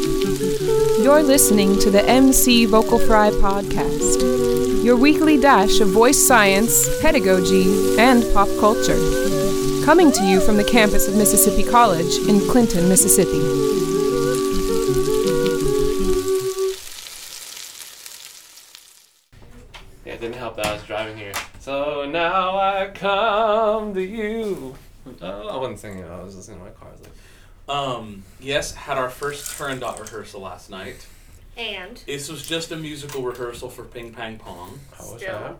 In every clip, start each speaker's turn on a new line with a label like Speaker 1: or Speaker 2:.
Speaker 1: You're listening to the MC Vocal Fry podcast, your weekly dash of voice science, pedagogy, and pop culture. Coming to you from the campus of Mississippi College in Clinton, Mississippi.
Speaker 2: Yeah, it didn't help that I was driving here. So now I come to you. Oh, I wasn't singing. I was listening to my car. I was like,
Speaker 3: Um, yes, had our first turn dot rehearsal last night.
Speaker 4: And
Speaker 3: This was just a musical rehearsal for Ping Pang Pong.
Speaker 2: I wish I
Speaker 4: Still.
Speaker 2: had.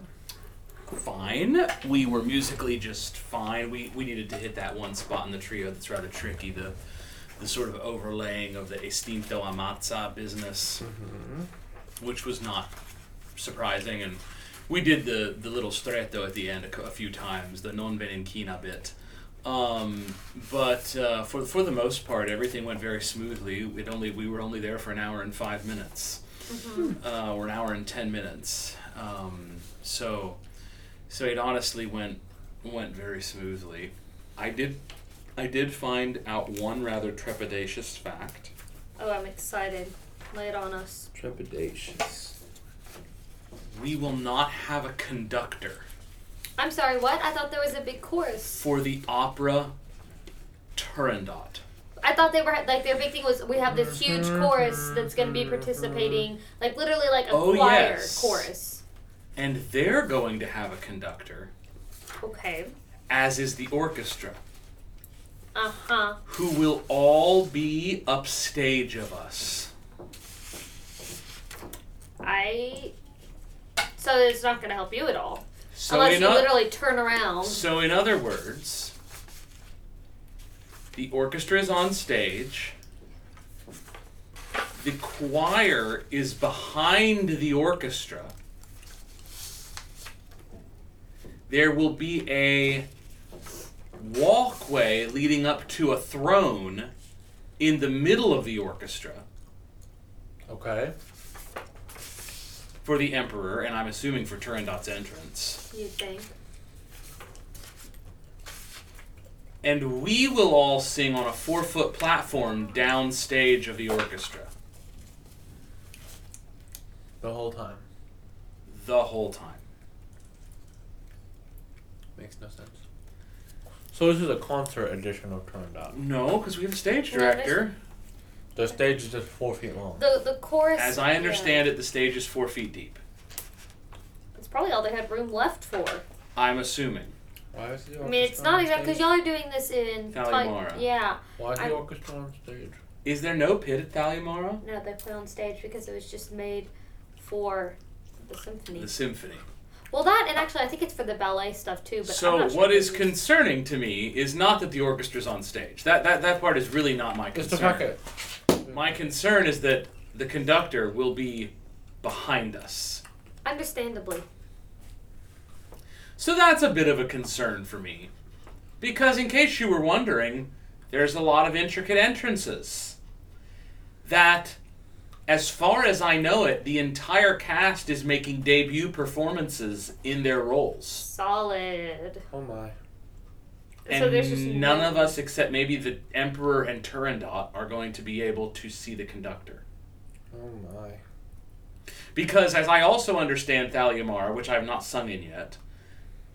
Speaker 3: Fine. We were musically just fine. We we needed to hit that one spot in the trio that's rather tricky, the the sort of overlaying of the Estinto Amatza business, which was not surprising. And we did the, the little stretto at the end a, cou- a few times, the non venenquina bit. Um, but uh, for for the most part, everything went very smoothly. It only we were only there for an hour and five minutes, uh, or an hour and ten minutes. Um, so, so it honestly went went very smoothly. I did I did find out one rather trepidatious fact.
Speaker 4: oh, I'm excited. Lay it on us.
Speaker 2: Trepidations.
Speaker 3: We will not have a conductor
Speaker 4: I'm sorry. What? I thought there was a big chorus.
Speaker 3: for the opera Turandot.
Speaker 4: I thought they were like their big thing was we have this huge chorus that's going to be participating, like literally like a
Speaker 3: Oh,
Speaker 4: choir
Speaker 3: yes.
Speaker 4: chorus.
Speaker 3: And they're going to have a conductor,
Speaker 4: Okay.
Speaker 3: as is the orchestra.
Speaker 4: Uh huh.
Speaker 3: who will all be upstage of us.
Speaker 4: I. So it's not going to help you at all,
Speaker 3: So
Speaker 4: unless
Speaker 3: in
Speaker 4: you
Speaker 3: o-
Speaker 4: literally turn around.
Speaker 3: so in other words, the orchestra is on stage. The choir is behind the orchestra. There will be a walkway leading up to a throne in the middle of the orchestra.
Speaker 2: Okay.
Speaker 3: for the Emperor, and I'm assuming for Turandot's entrance.
Speaker 4: You think?
Speaker 3: And we will all sing on a four foot platform downstage of the orchestra
Speaker 2: The whole time.
Speaker 3: the whole time.
Speaker 2: Makes no sense. So this is a concert edition of Turned Up.
Speaker 3: No, because we have a stage
Speaker 4: No, there's-
Speaker 3: director.
Speaker 2: The stage is just four feet long.
Speaker 4: The the chorus.
Speaker 3: As I understand it, the stage is four feet deep.
Speaker 4: yeah, it's probably all they had room left for.
Speaker 3: I'm assuming.
Speaker 2: Why is the orchestra
Speaker 4: I mean, it's
Speaker 2: on
Speaker 4: not exactly
Speaker 2: stage?
Speaker 4: because y'all are doing this in.
Speaker 3: Valimara.
Speaker 4: yeah.
Speaker 2: Why is the
Speaker 4: I-
Speaker 2: orchestra on stage?
Speaker 3: Is there no pit at Thalliamara?
Speaker 4: No, they play on stage because it was just made for the symphony.
Speaker 3: The symphony.
Speaker 4: Well, that and actually, I think it's for the ballet stuff too. But I'm
Speaker 3: So
Speaker 4: not sure
Speaker 3: what
Speaker 4: if
Speaker 3: is
Speaker 4: it
Speaker 3: concerning to me is not that the orchestra's on stage. That that, that part is really not my
Speaker 2: It's
Speaker 3: concern.
Speaker 2: the pocket.
Speaker 3: My concern is that the conductor will be behind us.
Speaker 4: Understandably,
Speaker 3: So that's a bit of a concern for me. Because, in case you were wondering, there's a lot of intricate entrances. That, as far as I know it, the entire cast is making debut performances in their roles.
Speaker 4: solid.
Speaker 2: Oh my.
Speaker 3: And
Speaker 4: so there's just
Speaker 3: none
Speaker 4: no-
Speaker 3: of us, except maybe the Emperor and Turandot, are going to be able to see the conductor.
Speaker 2: Oh my.
Speaker 3: Because, as I also understand Thalia which I have not sung in yet,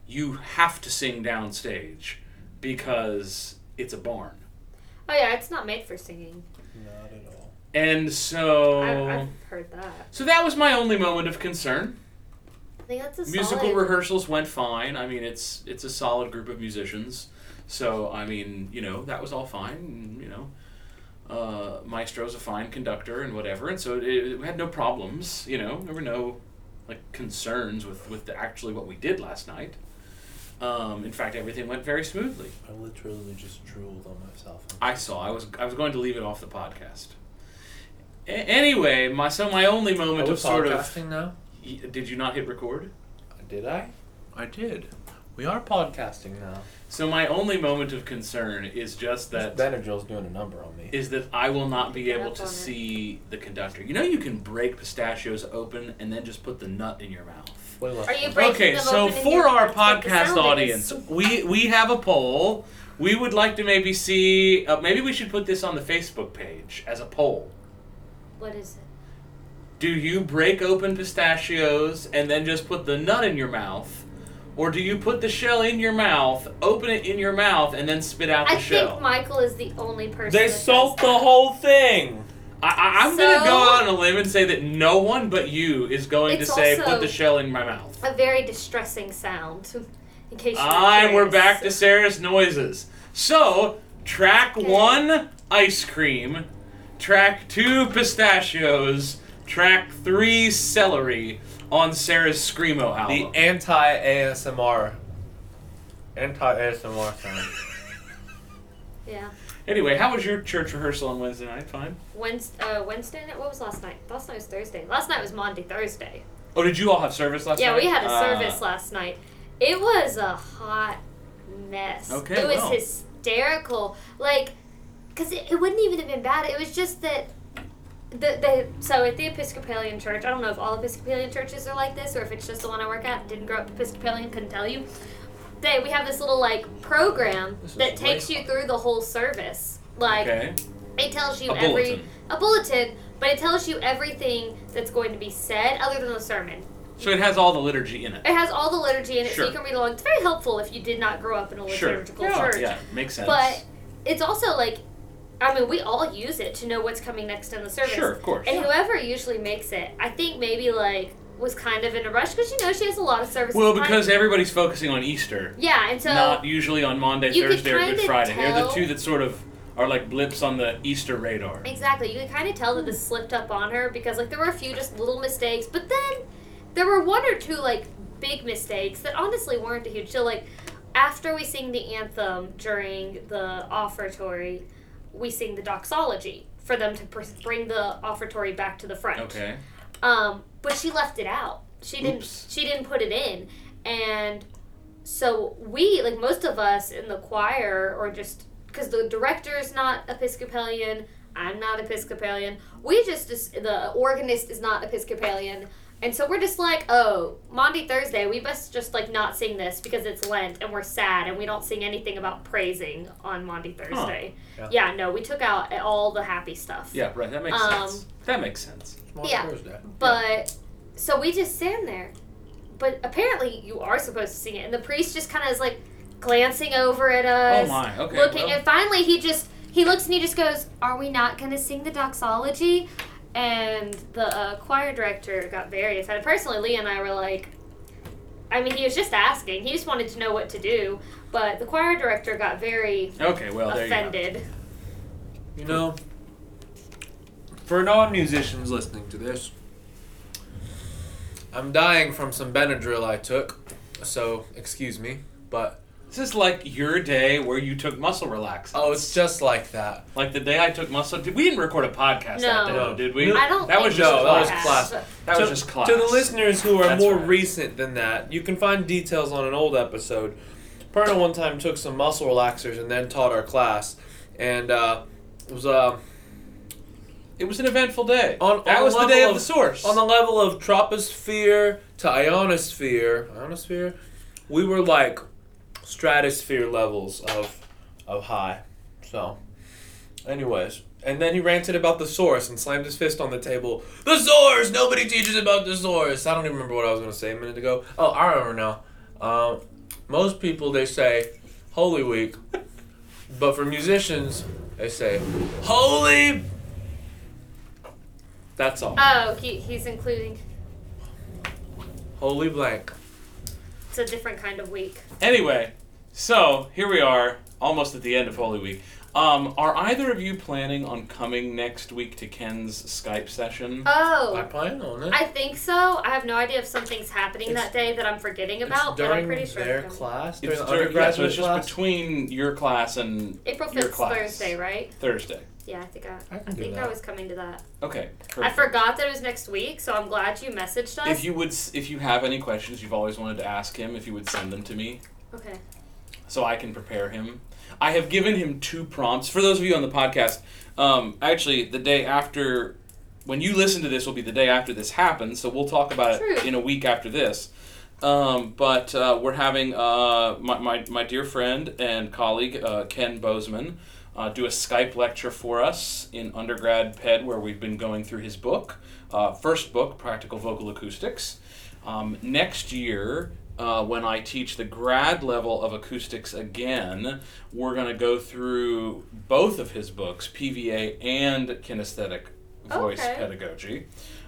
Speaker 3: you have to sing downstage because it's a barn.
Speaker 4: Oh yeah, it's not made for singing.
Speaker 2: Not at all.
Speaker 3: And so,
Speaker 4: I, I've heard that.
Speaker 3: so that was my only moment of concern.
Speaker 4: I think that's a
Speaker 3: Musical
Speaker 4: solid.
Speaker 3: rehearsals went fine. I mean, it's it's a solid group of musicians. So I mean, you know, that was all fine. and, You know, uh, Maestro's a fine conductor and whatever, and so it, it, we had no problems. You know, there were no like concerns with with the, actually what we did last night. Um, in fact, everything went very smoothly.
Speaker 2: I literally just drooled on myself.
Speaker 3: I saw. I was I was going to leave it off the podcast. A- anyway, my so my only moment of sort of
Speaker 2: now?
Speaker 3: Y- Did you not hit record?
Speaker 2: Did I? I did. We are podcasting now.
Speaker 3: So my only moment of concern is just that
Speaker 2: Benadryl's doing a number on me.
Speaker 3: is that I will not be
Speaker 4: Pick it
Speaker 3: able
Speaker 4: up
Speaker 3: to
Speaker 4: on it.
Speaker 3: see the conductor. You know you can break pistachios open and then just put the nut in your mouth.
Speaker 2: What do you
Speaker 4: Are you breaking
Speaker 3: Okay,
Speaker 4: them
Speaker 3: so
Speaker 4: open and
Speaker 3: for
Speaker 4: hearing
Speaker 3: our
Speaker 4: what the
Speaker 3: podcast
Speaker 4: sound
Speaker 3: audience,
Speaker 4: is?
Speaker 3: we we have a poll. We would like to maybe see. Uh, maybe we should put this on the Facebook page as a poll.
Speaker 4: What is it?
Speaker 3: Do you break open pistachios and then just put the nut in your mouth, or do you put the shell in your mouth, open it in your mouth, and then spit out the
Speaker 4: I
Speaker 3: shell?
Speaker 4: think Michael is the only person.
Speaker 2: They
Speaker 4: that does
Speaker 2: salt the
Speaker 4: that.
Speaker 2: whole thing.
Speaker 3: I, I, I'm gonna
Speaker 4: So-
Speaker 3: go out on a limb and say that no one but you is going to
Speaker 4: It's
Speaker 3: say
Speaker 4: also-
Speaker 3: put the shell in my mouth.
Speaker 4: A very distressing sound. In case you
Speaker 3: I we're back to Sarah's noises. So track
Speaker 4: Okay.
Speaker 3: one ice cream, track two pistachios, track three celery on Sarah's Screamo
Speaker 2: The
Speaker 3: album.
Speaker 2: anti ASMR. Anti ASMR sound.
Speaker 4: Yeah.
Speaker 3: anyway, how was your church rehearsal on Wednesday night? Fine.
Speaker 4: Wednesday, uh, Wednesday night? What was last night? Last night was Thursday. Last night was Monday, Thursday.
Speaker 3: Oh, did you all have service last
Speaker 4: yeah,
Speaker 3: night?
Speaker 4: we had a
Speaker 3: Uh,
Speaker 4: service last night. It was a hot mess.
Speaker 3: Okay,
Speaker 4: It was
Speaker 3: wow.
Speaker 4: hysterical. Like, because it, it wouldn't even have been bad. It was just that. The, the, so at the Episcopalian church, I don't know if all Episcopalian churches are like this or if it's just the one I work at. Didn't grow up Episcopalian, couldn't tell you. They, we have this little like program
Speaker 2: This is way
Speaker 4: that takes you
Speaker 2: hot.
Speaker 4: through the whole service. Like
Speaker 3: Okay.
Speaker 4: it tells you
Speaker 3: A
Speaker 4: every
Speaker 3: bulletin.
Speaker 4: a bulletin, but it tells you everything that's going to be said other than the sermon.
Speaker 3: So it has all the liturgy in it.
Speaker 4: It has all the liturgy in it,
Speaker 3: Sure.
Speaker 4: so you can read along. It's very helpful if you did not grow up in a
Speaker 3: Sure.
Speaker 4: liturgical
Speaker 3: Yeah,
Speaker 4: church.
Speaker 3: yeah, makes sense.
Speaker 4: But it's also like, I mean, we all use it to know what's coming next in the service.
Speaker 3: Sure, of course.
Speaker 4: And whoever usually makes it, I think maybe like was kind of in a rush because you know she has a lot of services.
Speaker 3: well,
Speaker 4: planned.
Speaker 3: because everybody's focusing on Easter.
Speaker 4: yeah, and so
Speaker 3: not usually on Monday,
Speaker 4: you could
Speaker 3: Thursday, or Good
Speaker 4: kinda
Speaker 3: Friday. They're the
Speaker 4: tell-
Speaker 3: two that sort of are like blips on the Easter radar.
Speaker 4: Exactly. You could kind of tell that this slipped up on her because like there were a few just little mistakes, but then there were one or two like big mistakes that honestly weren't a huge deal. Like after we sing the anthem during the offertory, we sing the doxology for them to pr- bring the offertory back to the front.
Speaker 3: Okay.
Speaker 4: Um, but she left it out. She didn't.
Speaker 3: Oops.
Speaker 4: She didn't put it in, and so we, like most of us in the choir, or just because the director is not Episcopalian, I'm not Episcopalian. We just just- the organist is not Episcopalian, and so we're just like, oh, Monday Thursday, we best just like not sing this because it's Lent and we're sad and we don't sing anything about praising on Monday Thursday.
Speaker 2: Yeah.
Speaker 4: Yeah, no, we took out all the happy stuff.
Speaker 3: Yeah, right. That makes
Speaker 4: Um,
Speaker 3: sense. That makes sense.
Speaker 2: Well,
Speaker 4: Yeah.
Speaker 2: Thursday.
Speaker 4: But so we just stand there. But apparently you are supposed to sing it. And the priest just kind of is like glancing over at us.
Speaker 3: oh my. Okay.
Speaker 4: looking
Speaker 3: well,
Speaker 4: and finally he just he looks and he just goes, "Are we not going to sing the doxology?" And the uh, choir director got very excited. Personally, Lee and I were like I mean, he was just asking. He just wanted to know what to do, but the choir director got very
Speaker 3: okay. Well, Oh, there you
Speaker 4: offended.
Speaker 2: You know, for non musicians listening to this, I'm dying from some Benadryl I took, so excuse me. But,
Speaker 3: go. This is like your day where you took muscle relax.
Speaker 2: oh, it's just like that.
Speaker 3: Like the day I took muscle. Did we didn't record a podcast that
Speaker 4: No.
Speaker 3: day, though, did we?
Speaker 4: I don't
Speaker 3: That
Speaker 4: think
Speaker 3: was just
Speaker 4: so.
Speaker 2: No, that was
Speaker 3: class.
Speaker 2: class.
Speaker 3: That was
Speaker 2: to,
Speaker 3: just class.
Speaker 2: To the listeners who are
Speaker 3: That's
Speaker 2: more
Speaker 3: right.
Speaker 2: recent than that, you can find details on an old episode. Perna one time took some muscle relaxers and then taught our class, and uh, it was uh,
Speaker 3: It was an eventful day.
Speaker 2: On-
Speaker 3: that
Speaker 2: on
Speaker 3: was
Speaker 2: the
Speaker 3: the day
Speaker 2: level
Speaker 3: of the
Speaker 2: of-
Speaker 3: source.
Speaker 2: on the level of troposphere to ionosphere. Ionosphere, we were like stratosphere levels of of high. So, anyways. And then he ranted about the source and slammed his fist on the table. The source! Nobody teaches about the source! I don't even remember what I was going to say a minute ago. Oh, I remember now. Um, most people, they say Holy Week. But for musicians, they say Holy. That's all.
Speaker 4: Oh, he, he's including
Speaker 2: Holy blank.
Speaker 4: it's a different kind of week.
Speaker 3: Anyway, so here we are, almost at the end of Holy Week. Um, are either of you planning on coming next week to Ken's Skype session?
Speaker 4: Oh.
Speaker 2: I plan on it.
Speaker 4: I think so. I have no idea if something's happening
Speaker 2: It's-
Speaker 4: that day that I'm forgetting
Speaker 2: It's
Speaker 4: about, but I'm
Speaker 2: during
Speaker 4: pretty sure.
Speaker 2: their
Speaker 4: it's coming.
Speaker 2: class, during
Speaker 3: it's
Speaker 2: the
Speaker 3: dur- yeah, so
Speaker 2: undergraduate
Speaker 3: it's just
Speaker 2: class.
Speaker 3: between your class and
Speaker 4: April
Speaker 3: your
Speaker 4: 5th,
Speaker 3: class.
Speaker 4: Thursday, right?
Speaker 3: Thursday.
Speaker 4: Yeah, I think I,
Speaker 2: I
Speaker 4: I,
Speaker 2: can do
Speaker 4: think I
Speaker 2: that.
Speaker 4: was coming to that.
Speaker 3: Okay.
Speaker 4: I
Speaker 3: Perfect.
Speaker 4: forgot that it was next week, so I'm glad you messaged us.
Speaker 3: If you would, s- if you have any questions you've always wanted to ask him, if you would send them to me,
Speaker 4: okay.
Speaker 3: so I can prepare him. I have given him two prompts. For those of you on the podcast, um, actually, the day after, when you listen to this, will be the day after this happens. So we'll talk about
Speaker 4: True.
Speaker 3: it in a week after this. Um, but uh, we're having uh, my, my, my dear friend and colleague uh, Ken Bozeman uh, do a Skype lecture for us in undergrad PED, where we've been going through his book, uh, first book, Practical Vocal Acoustics. Um, next year, uh, when I teach the grad level of acoustics again, we're going to go through both of his books, PVA and Kinesthetic Voice
Speaker 4: Okay.
Speaker 3: Pedagogy.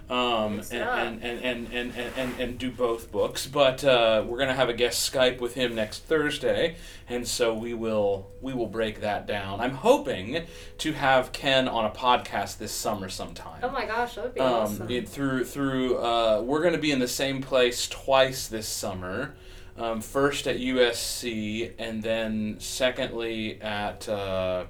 Speaker 3: Um,
Speaker 4: Good
Speaker 3: and,
Speaker 4: stuff.
Speaker 3: and, and, and, and, and, and, and do both books, but uh, we're gonna have a guest Skype with him next Thursday, and so we will we will break that down. I'm hoping to have Ken on a podcast this summer sometime.
Speaker 4: Oh my gosh, that would be
Speaker 3: Um,
Speaker 4: awesome.
Speaker 3: it, through through uh, we're going to be in the same place twice this summer. Um, first at USC, and then secondly at uh,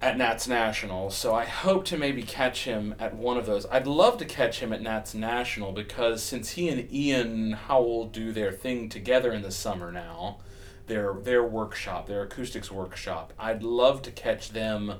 Speaker 3: at Nats National. So I hope to maybe catch him at one of those. I'd love to catch him at Nats National because since he and Ian Howell do their thing together in the summer now, their their workshop, their acoustics workshop, I'd love to catch them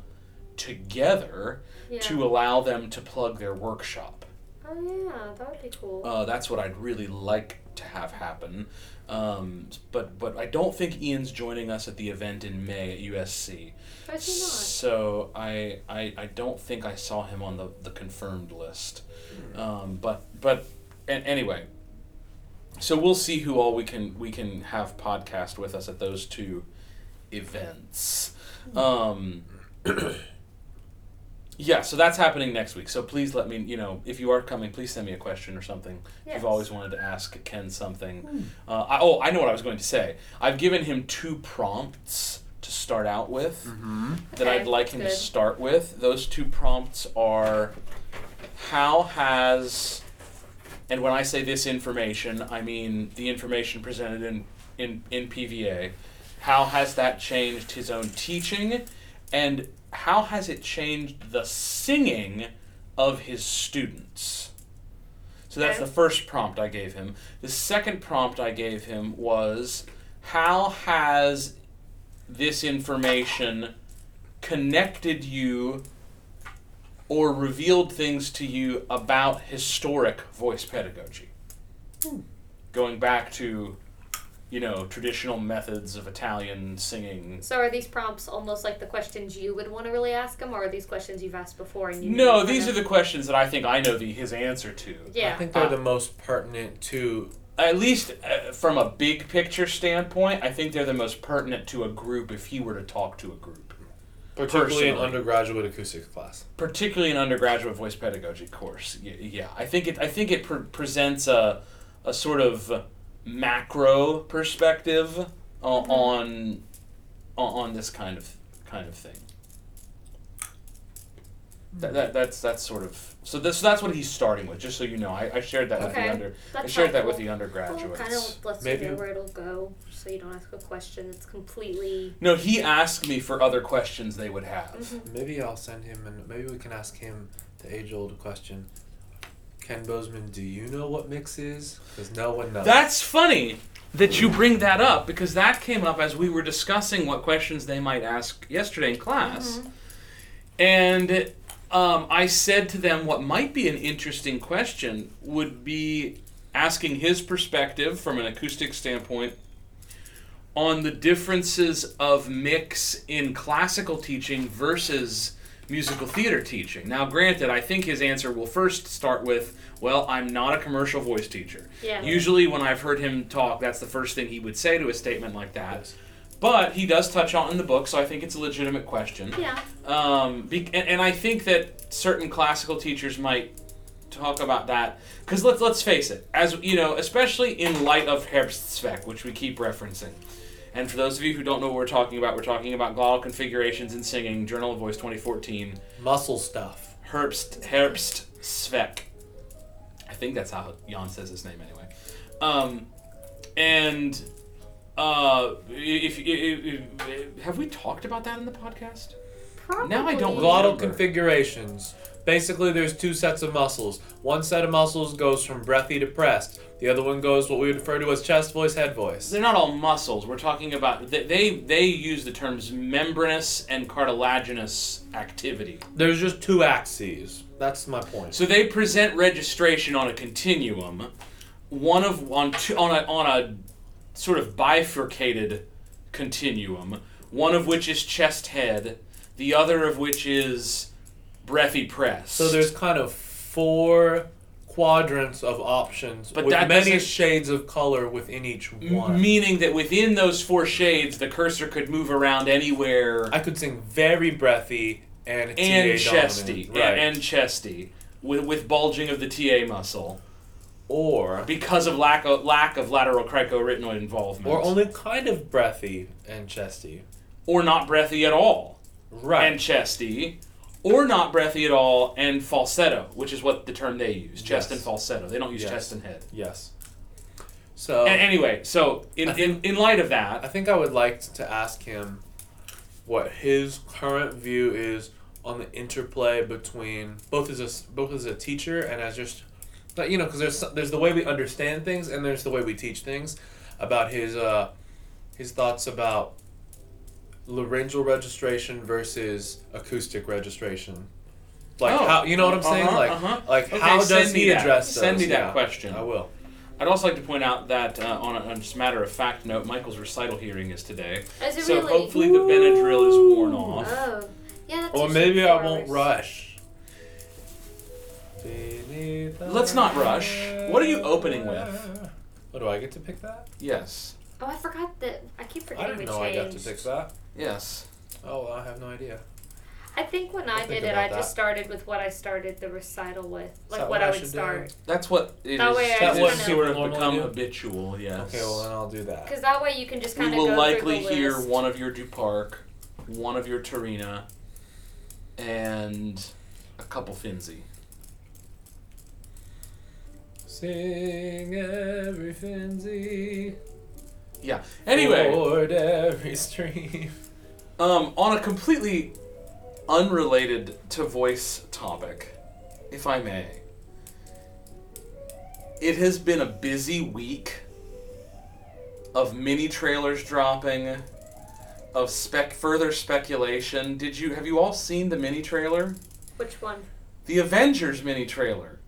Speaker 3: together
Speaker 4: yeah.
Speaker 3: to allow them to plug their workshop.
Speaker 4: oh yeah, that would be cool.
Speaker 3: Uh, that's what I'd really like to have happen. Um, but but I don't think Ian's joining us at the event in May at USC.
Speaker 4: How did you not?
Speaker 3: So I, I I don't think I saw him on the, the confirmed list.
Speaker 4: Hmm.
Speaker 3: Um, but but and anyway. So we'll see who all we can we can have podcast with us at those two events.
Speaker 4: Hmm.
Speaker 3: Um, yeah, so that's happening next week. So please let me you know if you are coming, please send me a question or something. If
Speaker 4: Yes. Hmm.
Speaker 3: You've always wanted to ask Ken something. Uh, I, oh, I know what I was going to say. I've given him two prompts to start out with that
Speaker 4: Okay,
Speaker 3: I'd like
Speaker 4: that's
Speaker 3: him
Speaker 4: good.
Speaker 3: to start with. Those two prompts are how has, and when I say this information, I mean the information presented in, in, in PVA, how has that changed his own teaching, and how has it changed the singing of his students? So that's
Speaker 4: Okay.
Speaker 3: the first prompt I gave him. The second prompt I gave him was how has this information connected you or revealed things to you about historic voice pedagogy?
Speaker 4: Hmm.
Speaker 3: Going back to, you know, traditional methods of Italian singing
Speaker 4: So are these prompts almost like the questions you would want to really ask him, or are these questions you've asked before and you?
Speaker 3: No, these are the questions that I think I know the, his answer to.
Speaker 2: I
Speaker 4: Yeah.
Speaker 2: think they're the most pertinent to
Speaker 3: At least uh, from a big picture standpoint, I think they're the most pertinent to a group if he were to talk to a group,
Speaker 2: particularly in
Speaker 3: Personally.
Speaker 2: undergraduate acoustics class.
Speaker 3: particularly an undergraduate voice pedagogy course. Y- yeah, I think it. I think it pre- presents a a sort of macro perspective uh,
Speaker 4: Mm-hmm.
Speaker 3: on on on this kind of kind of thing. That, that, that's that's sort of so this that's what he's starting with. Just so you know, I, I shared that with
Speaker 4: Okay.
Speaker 3: the under I
Speaker 4: That's
Speaker 3: shared that
Speaker 4: helpful.
Speaker 3: with the undergraduates.
Speaker 4: kind of lets
Speaker 2: Maybe-
Speaker 4: you know where it'll go, so you don't ask a question that's completely.
Speaker 3: No, he asked me for other questions they would have.
Speaker 4: Mm-hmm.
Speaker 2: Maybe I'll send him and maybe we can ask him the age old question. Ken Bozeman, do you know what mix is? Because no one knows.
Speaker 3: That's funny that you bring that up because that came up as we were discussing what questions they might ask yesterday in class. And um, I said to them, what might be an interesting question would be asking his perspective from an acoustic standpoint on the differences of mix in classical teaching versus musical theater teaching. Now, granted, I think his answer will first start with, well, I'm not a commercial voice teacher.
Speaker 4: Yeah.
Speaker 3: Usually, when I've heard him talk, that's the first thing he would say to a statement like that.
Speaker 2: Yes.
Speaker 3: But he does touch on it in the book, so I think it's a legitimate question.
Speaker 4: Yeah.
Speaker 3: Um, be, and, and I think that certain classical teachers might talk about that because let's let's face it, as you know, especially in light of Herbstzweck, which we keep referencing. And for those of you who don't know what we're talking about, we're talking about glottal configurations in singing, Journal of Voice 2014,
Speaker 2: muscle stuff.
Speaker 3: Herbst Herbstzweck. I think that's how Jan says his name anyway. Um, and uh, if, if, if have we talked about that in the podcast?
Speaker 4: Probably.
Speaker 3: Now I don't go-
Speaker 2: Glottal
Speaker 3: Remember.
Speaker 2: configurations. Basically, there's two sets of muscles. One set of muscles goes from breathy to pressed. The other one goes what we refer to as chest voice, head voice.
Speaker 3: they're not all muscles. We're talking about they they, they use the terms membranous and cartilaginous activity.
Speaker 2: There's just two axes. That's my point.
Speaker 3: So they present registration on a continuum, one of on two, on a on a sort of bifurcated continuum. One of which is chest head, the other of which is breathy press.
Speaker 2: So there's kind of four quadrants of options
Speaker 3: But
Speaker 2: with
Speaker 3: that
Speaker 2: many
Speaker 3: doesn't-
Speaker 2: shades of color within each one.
Speaker 3: meaning that within those four shades, the cursor could move around anywhere.
Speaker 2: I could sing very breathy and TA
Speaker 3: and
Speaker 2: dominant,
Speaker 3: chesty,
Speaker 2: right?
Speaker 3: and, and chesty, with with bulging of the TA muscle
Speaker 2: or
Speaker 3: because of lack of lack of lateral cricoretinoid involvement,
Speaker 2: or only kind of breathy and chesty,
Speaker 3: or not breathy at all
Speaker 2: right?
Speaker 3: and chesty, or not breathy at all and falsetto, which is what the term they use, chest
Speaker 2: Yes.
Speaker 3: and falsetto. They don't use
Speaker 2: Yes.
Speaker 3: chest and head. Uh,
Speaker 2: yes. So
Speaker 3: A- anyway, so in,
Speaker 2: I
Speaker 3: in
Speaker 2: think-
Speaker 3: in light of
Speaker 2: I
Speaker 3: that,
Speaker 2: think I would like to ask him what his current view is on the interplay between both as a both as a teacher and as just but you know because there's there's the way we understand things and there's the way we teach things about his uh, his thoughts about laryngeal registration versus acoustic registration. Like
Speaker 3: Oh.
Speaker 2: how you know what I'm saying?
Speaker 3: Uh-huh,
Speaker 2: like
Speaker 3: uh-huh.
Speaker 2: like
Speaker 3: Okay,
Speaker 2: how
Speaker 3: send
Speaker 2: does
Speaker 3: me
Speaker 2: he
Speaker 3: that.
Speaker 2: address
Speaker 3: Send me
Speaker 2: those?
Speaker 3: that
Speaker 2: Yeah,
Speaker 3: question.
Speaker 2: I will.
Speaker 3: I'd also like to point out that uh, on, a, on just a matter of fact note, Michael's recital hearing is today,
Speaker 4: Is it
Speaker 3: so
Speaker 4: really?
Speaker 3: hopefully the Benadryl is worn off.
Speaker 4: Oh, yeah. That's
Speaker 2: Or
Speaker 4: usually
Speaker 2: maybe
Speaker 4: four
Speaker 2: I won't
Speaker 4: hours.
Speaker 2: rush.
Speaker 3: Let's not rush. What are you opening with?
Speaker 2: What Oh, do I get to pick that?
Speaker 3: Yes.
Speaker 4: Oh, I forgot that. I keep
Speaker 2: I didn't
Speaker 4: forgetting we
Speaker 2: know I got to
Speaker 4: changed.
Speaker 2: pick that.
Speaker 3: Yes.
Speaker 2: Oh, well, I have no idea.
Speaker 4: I think when
Speaker 2: I'll
Speaker 4: I
Speaker 2: think
Speaker 4: did it,
Speaker 2: about
Speaker 4: I
Speaker 2: that.
Speaker 4: just started with what I started the recital with, like
Speaker 2: that
Speaker 4: what,
Speaker 2: what I
Speaker 4: I would
Speaker 2: should do?
Speaker 4: start.
Speaker 3: That's what it is.
Speaker 4: That way Oh, I
Speaker 2: That
Speaker 4: just
Speaker 2: would
Speaker 4: kinda-
Speaker 3: sort of
Speaker 2: normally
Speaker 3: become
Speaker 2: do.
Speaker 3: habitual, yes.
Speaker 2: Okay, well then I'll do that.
Speaker 4: Because that way you can just
Speaker 3: we
Speaker 4: kind of
Speaker 3: will
Speaker 4: go
Speaker 3: likely
Speaker 4: through the
Speaker 3: hear
Speaker 4: list.
Speaker 3: one of your Duparc, one of your Tarina, and a couple Finzi.
Speaker 2: Sing every finzy.
Speaker 3: Yeah. Anyway,
Speaker 2: Lord, every stream.
Speaker 3: um, on a completely unrelated to voice topic, if I may, it has been a busy week of mini trailers dropping, of spec further speculation. Did you have you all seen the mini trailer?
Speaker 4: Which one?
Speaker 3: The Avengers mini trailer.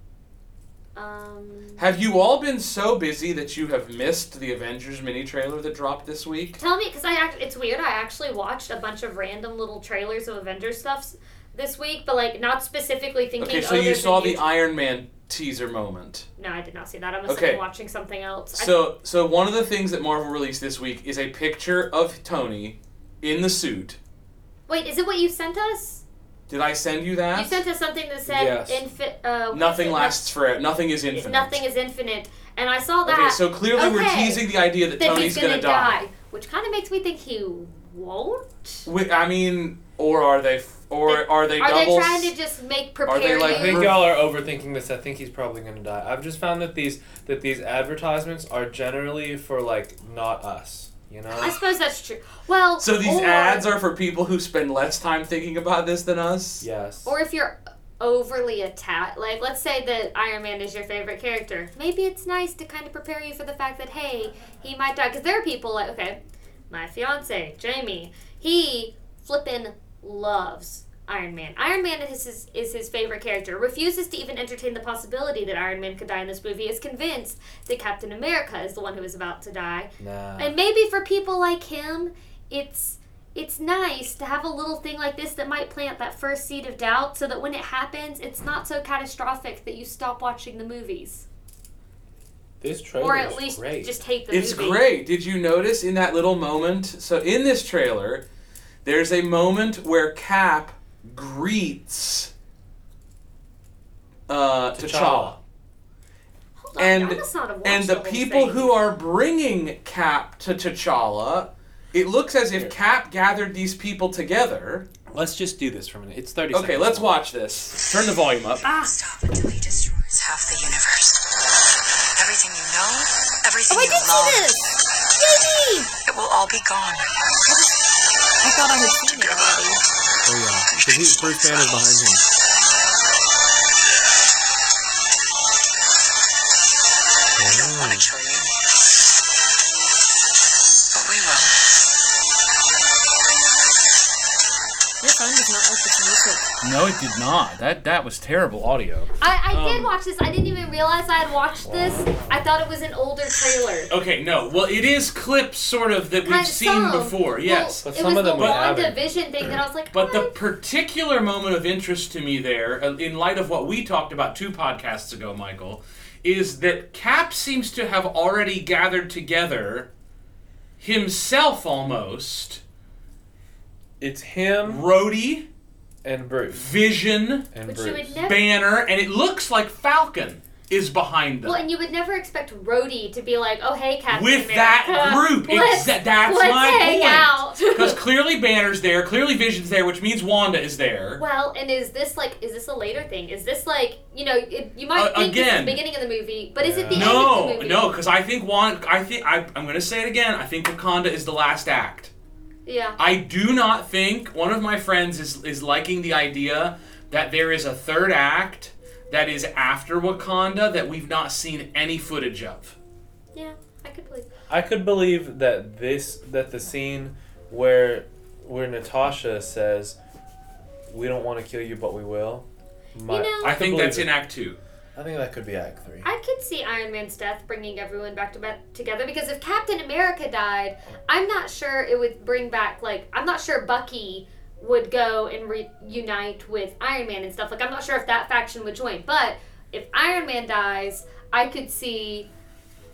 Speaker 4: Um,
Speaker 3: Have you all been so busy that you have missed the Avengers mini trailer that dropped this week?
Speaker 4: tell me, because I act, it's weird. I actually watched a bunch of random little trailers of Avengers stuff this week, but like not specifically thinking.
Speaker 3: Okay, so
Speaker 4: oh,
Speaker 3: you
Speaker 4: there's a
Speaker 3: saw the
Speaker 4: new-
Speaker 3: Iron Man teaser moment.
Speaker 4: No, I did not see that. I must
Speaker 3: Okay.
Speaker 4: have been watching something else. I-
Speaker 3: So so one of the things that Marvel released this week is a picture of Tony in the suit.
Speaker 4: wait, is it what you sent us?
Speaker 3: Did I send you that?
Speaker 4: You sent us something that said
Speaker 2: Yes.
Speaker 4: infi- uh, what
Speaker 3: nothing
Speaker 4: is it?
Speaker 3: lasts forever. Nothing is infinite.
Speaker 4: Nothing is infinite, and I saw that.
Speaker 3: Okay, so clearly we're
Speaker 4: Okay.
Speaker 3: teasing the idea that,
Speaker 4: that
Speaker 3: Tony's
Speaker 4: he's gonna,
Speaker 3: die.
Speaker 4: die, which kind of makes me think he won't.
Speaker 3: Wi- I mean, or are they? f- Or are they
Speaker 4: Are
Speaker 3: double?
Speaker 4: they
Speaker 3: s-
Speaker 4: trying to just make prepare
Speaker 3: like,
Speaker 2: I
Speaker 4: you?
Speaker 2: think y'all are overthinking this. I think he's probably gonna die. I've just found that these that these advertisements are generally for like not us. You
Speaker 4: I
Speaker 2: know.
Speaker 4: suppose that's true. Well,
Speaker 3: so these
Speaker 4: or,
Speaker 3: ads are for people who spend less time thinking about this than us.
Speaker 2: Yes.
Speaker 4: or if you're overly attached, like let's say that Iron Man is your favorite character, maybe it's nice to kind of prepare you for the fact that hey, he might die. Because there are people like okay, my fiance Jamie, he flippin' loves Iron Man. Iron Man is his, is his favorite character. Refuses to even entertain the possibility that Iron Man could die in this movie. Is convinced that Captain America is the one who is about to die.
Speaker 2: Nah.
Speaker 4: And maybe for people like him, it's it's nice to have a little thing like this that might plant that first seed of doubt so that when it happens, it's not so catastrophic that you stop watching the movies.
Speaker 2: This trailer
Speaker 4: or at
Speaker 2: is
Speaker 4: least
Speaker 2: great.
Speaker 4: just hate the
Speaker 3: It's
Speaker 4: movie.
Speaker 3: great. Did you notice in that little moment? So in this trailer, there's a moment where Cap greets uh, T'Challa,
Speaker 2: T'Challa.
Speaker 4: Hold on,
Speaker 3: And-
Speaker 4: I must not have watched
Speaker 3: and the
Speaker 4: whole
Speaker 3: people
Speaker 4: thing.
Speaker 3: who are bringing Cap to T'Challa. It looks as if Cap gathered these people together.
Speaker 2: Let's just do this for a minute. It's thirty
Speaker 3: Okay, let's watch this. Turn the volume up.
Speaker 4: Ah,
Speaker 5: Stop until he destroys half the universe. Everything you know, everything
Speaker 6: Oh, I
Speaker 5: you
Speaker 6: did
Speaker 5: love,
Speaker 6: see this! Yay!
Speaker 5: it will all be gone.
Speaker 6: I thought I had seen it already.
Speaker 2: Oh yeah, because he, Bruce Banner's behind him.
Speaker 5: We don't want to kill you, but we will.
Speaker 6: Your phone does not like this music.
Speaker 3: No, it did not. That that was terrible audio.
Speaker 4: I, I
Speaker 3: Um,
Speaker 4: did watch this. I didn't even realize I had watched this. I thought it was an older trailer.
Speaker 3: Okay, no. Well, it is clips sort of that
Speaker 4: Kind
Speaker 3: we've
Speaker 4: of
Speaker 3: seen
Speaker 4: some.
Speaker 3: before.
Speaker 4: Well,
Speaker 3: Yes.
Speaker 2: But
Speaker 4: it
Speaker 2: some
Speaker 4: was
Speaker 2: of them
Speaker 4: the
Speaker 2: we
Speaker 4: one
Speaker 2: haven't.
Speaker 4: division thing that I was like,
Speaker 3: But the
Speaker 4: what?
Speaker 3: particular moment of interest to me there, uh, in light of what we talked about two podcasts ago, Michael, is that Cap seems to have already gathered together himself almost
Speaker 2: It's him
Speaker 3: Rhodey,
Speaker 2: and Bruce.
Speaker 3: Vision,
Speaker 2: And
Speaker 4: which you
Speaker 2: Bruce.
Speaker 4: would never.
Speaker 3: Banner, and it looks like Falcon is behind them.
Speaker 4: Well, and you would never expect Rhodey to be like, oh hey, Captain
Speaker 3: with
Speaker 4: America,
Speaker 3: that group.
Speaker 4: let's,
Speaker 3: Exa- that's
Speaker 4: let's
Speaker 3: my
Speaker 4: hang
Speaker 3: point.
Speaker 4: out.
Speaker 3: Because clearly Banner's there, clearly Vision's there, which means Wanda is there.
Speaker 4: Well, and is this like is this a later thing? Is this like you know it, you might
Speaker 3: Uh,
Speaker 4: think this is
Speaker 3: again.
Speaker 4: the beginning of the movie, but is it the end of
Speaker 3: no,
Speaker 4: the movie?
Speaker 3: no, because I think Wanda. I think I, I'm going to say it again. I think Wakanda is the last act.
Speaker 4: Yeah.
Speaker 3: I do not think one of my friends is is liking the idea that there is a third act that is after Wakanda that we've not seen any footage of.
Speaker 4: yeah. I could believe.
Speaker 2: I could believe that this that the scene where where Natasha says, "We don't want to kill you, but we will." My,
Speaker 4: You know-
Speaker 3: I,
Speaker 2: could
Speaker 3: think
Speaker 2: believe
Speaker 3: that's
Speaker 2: it.
Speaker 3: in Act Two.
Speaker 2: I think that could be Act Three.
Speaker 4: I could see Iron Man's death bringing everyone back to back together because if Captain America died, I'm not sure it would bring back like I'm not sure Bucky would go and reunite with Iron Man and stuff. Like I'm not sure if that faction would join, but if Iron Man dies, I could see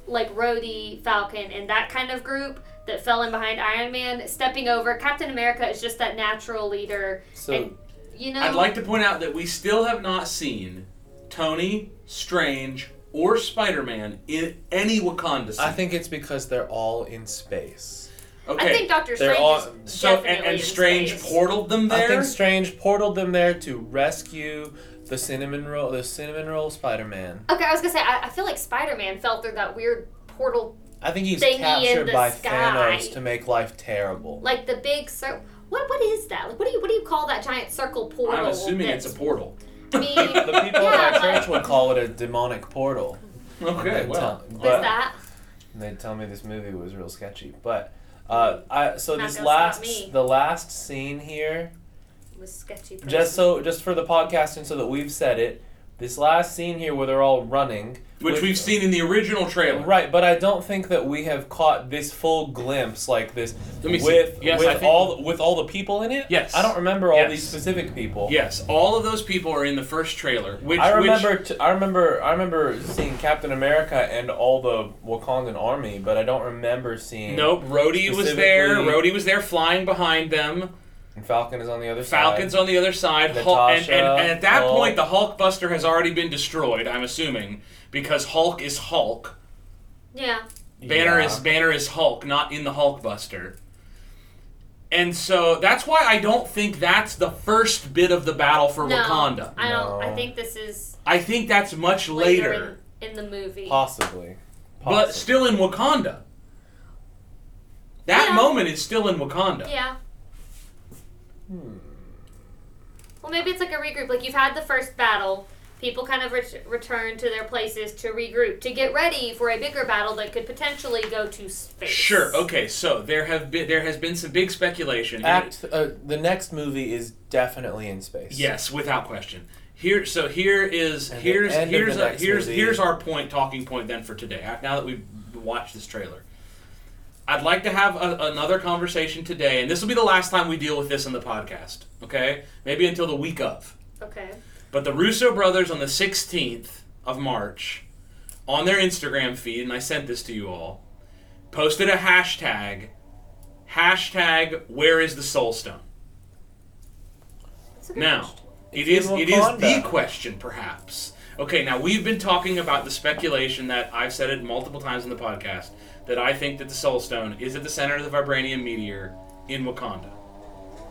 Speaker 4: like Rhodey, Falcon, and that kind of group that fell in behind Iron Man stepping over. Captain America is just that natural leader,
Speaker 2: so
Speaker 4: and you know,
Speaker 3: I'd like to point out that we still have not seen Tony, Strange, or Spider-Man in any Wakanda scene.
Speaker 2: I think it's because they're all in space.
Speaker 3: okay.
Speaker 4: I think Doctor
Speaker 2: They're
Speaker 4: Strange
Speaker 2: all-
Speaker 4: is
Speaker 3: so and,
Speaker 4: definitely
Speaker 3: and
Speaker 4: in
Speaker 3: Strange
Speaker 4: space.
Speaker 3: portaled them
Speaker 2: I
Speaker 3: there.
Speaker 2: think Strange portaled them there to rescue the cinnamon roll, the cinnamon roll Spider-Man.
Speaker 4: Okay, I was gonna say I, I feel like Spider Man fell through that weird portal,
Speaker 2: I think he's
Speaker 4: Thingy in
Speaker 2: captured
Speaker 4: the
Speaker 2: by
Speaker 4: sky.
Speaker 2: Thanos to make life terrible.
Speaker 4: like the big circle. What what is that? Like what do you what do you call that giant circle portal?
Speaker 3: I'm assuming it's a portal.
Speaker 4: I mean,
Speaker 2: the people
Speaker 4: yeah,
Speaker 2: in my
Speaker 4: like,
Speaker 2: church would call it a demonic portal.
Speaker 3: Okay,
Speaker 2: They'd
Speaker 3: well,
Speaker 2: tell-
Speaker 4: What's
Speaker 2: but-
Speaker 4: that?
Speaker 2: And they tell me this movie was real sketchy, but uh, I so
Speaker 4: Not
Speaker 2: this
Speaker 4: gonna stop
Speaker 2: last
Speaker 4: me.
Speaker 2: the last scene here,
Speaker 4: It was sketchy. person.
Speaker 2: just so just for the podcast and so that we've said it, this last scene here where they're all running,
Speaker 3: which we've seen in the original trailer.
Speaker 2: right, but I don't think that we have caught this full glimpse like this
Speaker 3: Let me see.
Speaker 2: with
Speaker 3: Yes, I
Speaker 2: with
Speaker 3: think-
Speaker 2: all with all the people in it.
Speaker 3: Yes.
Speaker 2: I don't remember all
Speaker 3: Yes.
Speaker 2: these specific people.
Speaker 3: Yes, all of those people are in the first trailer. Which
Speaker 2: I
Speaker 3: which-
Speaker 2: remember, t- I remember, I remember seeing Captain America and all the Wakandan army, but I don't remember seeing.
Speaker 3: nope, Rhodey was there.
Speaker 2: Specifically-
Speaker 3: Rhodey was there, flying behind them.
Speaker 2: And Falcon is on the other
Speaker 3: Falcon's
Speaker 2: side.
Speaker 3: on the other side. Hul- and, and,
Speaker 2: Natasha,
Speaker 3: and at that
Speaker 2: Hulk.
Speaker 3: point, the Hulkbuster has already been destroyed. I'm assuming because Hulk is Hulk.
Speaker 4: yeah,
Speaker 3: Banner
Speaker 2: Yeah.
Speaker 3: is Banner is Hulk, not in the Hulkbuster. And so that's why I don't think that's the first bit of the battle for
Speaker 4: no,
Speaker 3: Wakanda.
Speaker 4: I don't. I
Speaker 2: No.
Speaker 4: think this is
Speaker 3: I think that's much
Speaker 4: later,
Speaker 3: later,
Speaker 4: in, in the movie.
Speaker 2: Possibly.
Speaker 3: but
Speaker 2: Possibly.
Speaker 3: still in Wakanda. That
Speaker 4: Yeah.
Speaker 3: moment is still in Wakanda.
Speaker 4: Yeah.
Speaker 2: Hmm.
Speaker 4: Well, maybe it's like a regroup. Like you've had the first battle. People kind of ret- return to their places to regroup to get ready for a bigger battle that could potentially go to space.
Speaker 3: Sure. Okay. So there have been there has been some big speculation.
Speaker 2: Act. Uh, the next movie is definitely in space.
Speaker 3: Yes, without question. Here, so here is
Speaker 2: And the
Speaker 3: here's
Speaker 2: end of
Speaker 3: here's
Speaker 2: the
Speaker 3: a,
Speaker 2: next
Speaker 3: here's
Speaker 2: movie.
Speaker 3: here's our point talking point then for today. I- Now that we've watched this trailer, I'd like to have a, another conversation today, and this will be the last time we deal with this in the podcast. Okay, maybe until the week of.
Speaker 4: Okay.
Speaker 3: But the Russo brothers on the 16th of March, on their Instagram feed, and I sent this to you all, posted a hashtag, hashtag Where is the Soul Stone?
Speaker 4: That's a good
Speaker 3: Now,
Speaker 4: question.
Speaker 3: it
Speaker 2: It's
Speaker 3: is
Speaker 2: in
Speaker 3: it is the
Speaker 2: Wakanda.
Speaker 3: question, perhaps. Okay, now we've been talking about the speculation that I've said it multiple times in the podcast that I think that the Soul Stone is at the center of the vibranium meteor in Wakanda,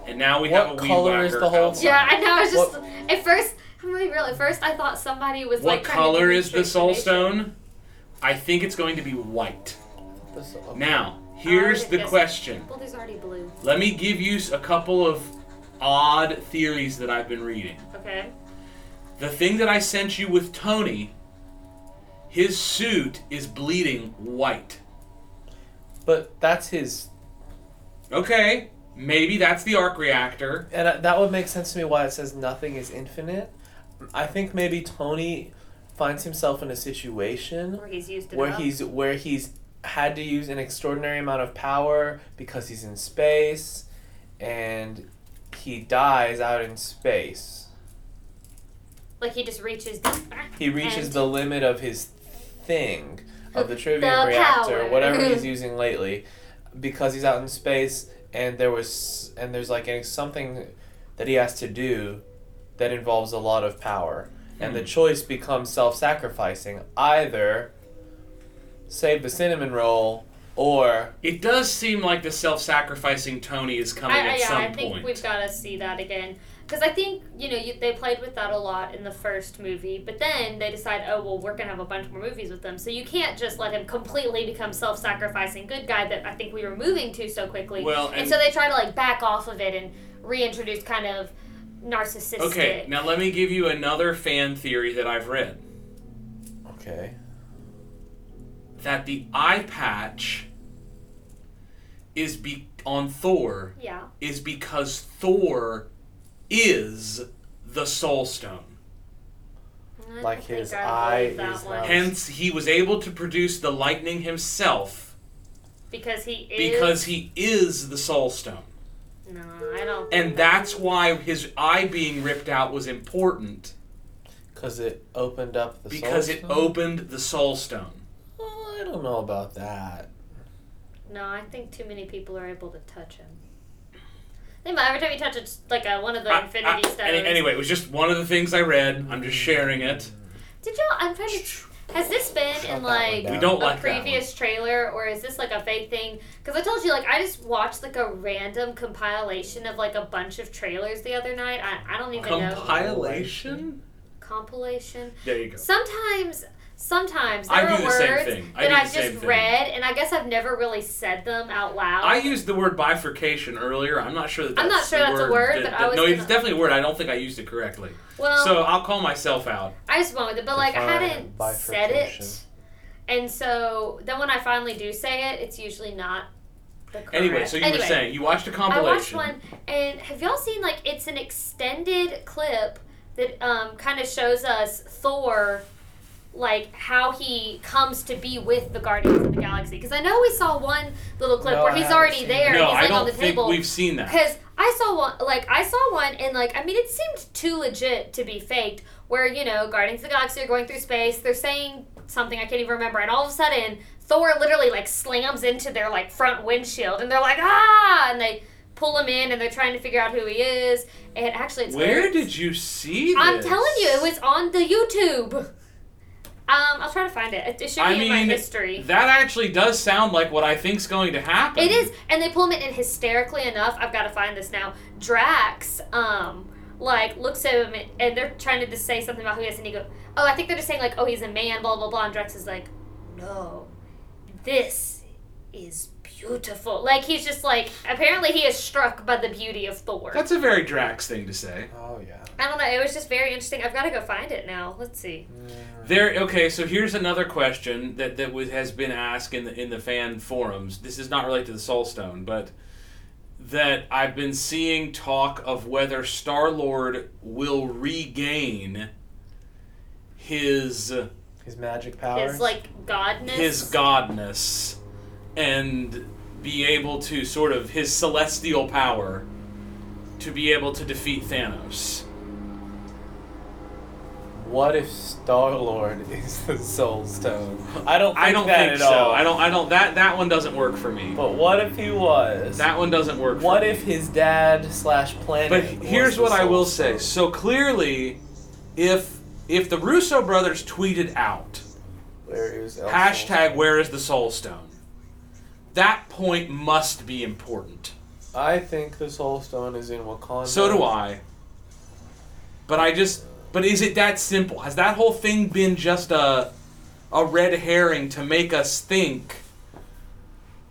Speaker 3: and now we have a
Speaker 2: What
Speaker 3: weed
Speaker 2: color
Speaker 3: whacker
Speaker 2: is the whole
Speaker 3: outside.
Speaker 4: Yeah, I know. I was just
Speaker 2: What-
Speaker 4: at first. I'm really real. At first, I thought somebody was
Speaker 3: What
Speaker 4: like. trying to give
Speaker 3: color
Speaker 4: me
Speaker 3: is the Soul
Speaker 4: transformation.
Speaker 3: Stone? I think it's going to be white.
Speaker 2: This-
Speaker 3: Now, here's
Speaker 4: Oh,
Speaker 3: the
Speaker 4: yes.
Speaker 3: question.
Speaker 4: Well, there's already blue.
Speaker 3: Let me give you s- a couple of odd theories that I've been reading.
Speaker 4: Okay.
Speaker 3: The thing that I sent you with Tony, his suit is bleeding white.
Speaker 2: But that's his.
Speaker 3: Okay, Maybe that's the arc reactor.
Speaker 2: And uh, that would make sense to me why it says nothing is infinite. I think maybe Tony finds himself in a situation
Speaker 4: Where he's used it
Speaker 2: where
Speaker 4: up.
Speaker 2: he's where he's had to use an extraordinary amount of power because he's in space and he dies out in space.
Speaker 4: like he just reaches the,
Speaker 2: He reaches
Speaker 4: And-
Speaker 2: the limit of his thing of the
Speaker 4: The
Speaker 2: trivium reactor,
Speaker 4: power.
Speaker 2: whatever he's using lately, because he's out in space and there was and there's like a- something that he has to do that involves a lot of power, and
Speaker 3: Hmm.
Speaker 2: the choice becomes self-sacrificing. Either save the cinnamon roll or
Speaker 3: It does seem like the self-sacrificing Tony is coming
Speaker 4: I, I,
Speaker 3: at
Speaker 4: yeah,
Speaker 3: some
Speaker 4: I think
Speaker 3: point.
Speaker 4: we've got to see that again because I think you know you, they played with that a lot in the first movie, but then they decide, oh well, we're gonna have a bunch more movies with them, so you can't just let him completely become self-sacrificing good guy that I think we were moving to so quickly.
Speaker 3: Well,
Speaker 4: and,
Speaker 3: and-
Speaker 4: so they try to like back off of it and reintroduce kind of narcissistic.
Speaker 3: Okay, now let me give you another fan theory that I've read
Speaker 2: okay.
Speaker 3: that the eye patch is be on Thor
Speaker 4: yeah,
Speaker 3: is because Thor is the Soul Stone.
Speaker 4: I don't
Speaker 2: Like
Speaker 4: think
Speaker 2: his
Speaker 4: I believe
Speaker 2: eye
Speaker 4: that
Speaker 2: is
Speaker 4: one.
Speaker 2: now-
Speaker 3: Hence, he was able to produce the lightning himself
Speaker 4: because he is
Speaker 3: because he is the Soul Stone.
Speaker 4: no, I don't.
Speaker 3: And that's why his eye being ripped out was important
Speaker 2: Because it opened up the
Speaker 3: because
Speaker 2: soul
Speaker 3: it
Speaker 2: stone?
Speaker 3: opened the Soul Stone.
Speaker 2: Oh, I don't know about that.
Speaker 4: No, I think too many people are able to touch him. Think about every time you touch it, like a, one of the
Speaker 3: I-
Speaker 4: Infinity
Speaker 3: I-
Speaker 4: Stones.
Speaker 3: Ah, any- anyway, it was just one of the things I read. I'm just sharing it.
Speaker 4: did y'all? I'm trying to. Has this been
Speaker 2: Shut that one
Speaker 4: in like
Speaker 2: down.
Speaker 3: We
Speaker 4: a
Speaker 3: don't like that one.
Speaker 4: previous trailer, or is this like a fake thing? Because I told you, like, I just watched like a random compilation of like a bunch of trailers the other night. I, I don't even know
Speaker 3: Compilation?
Speaker 4: compilation.
Speaker 3: There you go.
Speaker 4: Sometimes, sometimes there
Speaker 3: I
Speaker 4: are
Speaker 3: do the
Speaker 4: words
Speaker 3: same thing. I
Speaker 4: that
Speaker 3: do the
Speaker 4: I've
Speaker 3: same
Speaker 4: just
Speaker 3: thing.
Speaker 4: read, and I guess I've never really said them out loud.
Speaker 3: I used the word bifurcation earlier. I'm not sure that that's
Speaker 4: I'm not sure
Speaker 3: the
Speaker 4: that's a
Speaker 3: word
Speaker 4: word,
Speaker 3: that-
Speaker 4: but I
Speaker 3: that-
Speaker 4: was
Speaker 3: No, it's
Speaker 4: gonna-
Speaker 3: definitely a word. I don't think I used it correctly.
Speaker 4: well,
Speaker 3: so I'll call myself out.
Speaker 4: I just went with it, but like I
Speaker 2: Define
Speaker 4: hadn't said
Speaker 2: bifurcation.
Speaker 4: it, and so then when I finally do say it, it's usually not. The correct.
Speaker 3: Anyway, so you were saying you watched a
Speaker 4: I
Speaker 3: compilation.
Speaker 4: watched one, and have y'all seen like it's an extended clip that um, kind of shows us Thor, like how he comes to be with the Guardians of the Galaxy. Because I know we saw one little clip
Speaker 2: No,
Speaker 4: where
Speaker 2: I
Speaker 4: he's
Speaker 2: haven't
Speaker 4: already
Speaker 2: seen
Speaker 4: there,
Speaker 3: No,
Speaker 4: and he's
Speaker 3: I
Speaker 4: like
Speaker 3: don't
Speaker 4: on the
Speaker 3: think
Speaker 4: table.
Speaker 3: we've seen that.
Speaker 4: Because I saw one, like I saw one, and like I mean, it seemed too legit to be faked. Where you know, Guardians of the Galaxy are going through space. They're saying something I can't even remember, and all of a sudden, Thor literally like slams into their like front windshield, and they're like ah, and they pull him in, and they're trying to figure out who he is. And actually, it's
Speaker 3: Where
Speaker 4: hilarious.
Speaker 3: did you see this?
Speaker 4: I'm telling you, it was on the YouTube. Um, I'll try to find it. It- It should be
Speaker 3: I
Speaker 4: in my
Speaker 3: mean,
Speaker 4: history.
Speaker 3: that actually does sound like what I think's going to happen.
Speaker 4: It is, and they pull him in, and hysterically enough, I've got to find this now. Drax, um, like looks at him, and- and they're trying to just say something about who he is, and he goes, "Oh, I think they're just saying like, oh, he's a man, blah blah blah." And Drax is like, "No, this is beautiful." Like he's just like, apparently he is struck by the beauty of Thor.
Speaker 3: That's a very Drax thing to say.
Speaker 2: Oh yeah.
Speaker 4: I don't know. It was just very interesting. I've got to go find it now. Let's see.
Speaker 3: There. Okay. So here's another question that that was, has been asked in the in the fan forums. This is not related to the Soul Stone, but that I've been seeing talk of whether Star Lord will regain his
Speaker 2: His magic powers.
Speaker 4: His like godness.
Speaker 3: his godness and be able to sort of his celestial power to be able to defeat Thanos.
Speaker 2: What if Star Lord is the Soul Stone? I don't. Think
Speaker 3: I don't
Speaker 2: that
Speaker 3: think
Speaker 2: at
Speaker 3: so.
Speaker 2: All.
Speaker 3: I don't. I don't. That that one doesn't work for me.
Speaker 2: But what if he was?
Speaker 3: That one doesn't work.
Speaker 2: what
Speaker 3: for
Speaker 2: if
Speaker 3: Me.
Speaker 2: his dad slash planet?
Speaker 3: But
Speaker 2: was
Speaker 3: here's
Speaker 2: the
Speaker 3: what I
Speaker 2: Soul
Speaker 3: will say.
Speaker 2: Stone?
Speaker 3: So clearly, if if the Russo brothers tweeted out
Speaker 2: Where is El
Speaker 3: hashtag Where is the Soul Stone, that point must be important.
Speaker 2: Soul? I think the Soul Stone is in Wakanda.
Speaker 3: So do I. But I just. But is it that simple? Has that whole thing been just a, a red herring to make us think?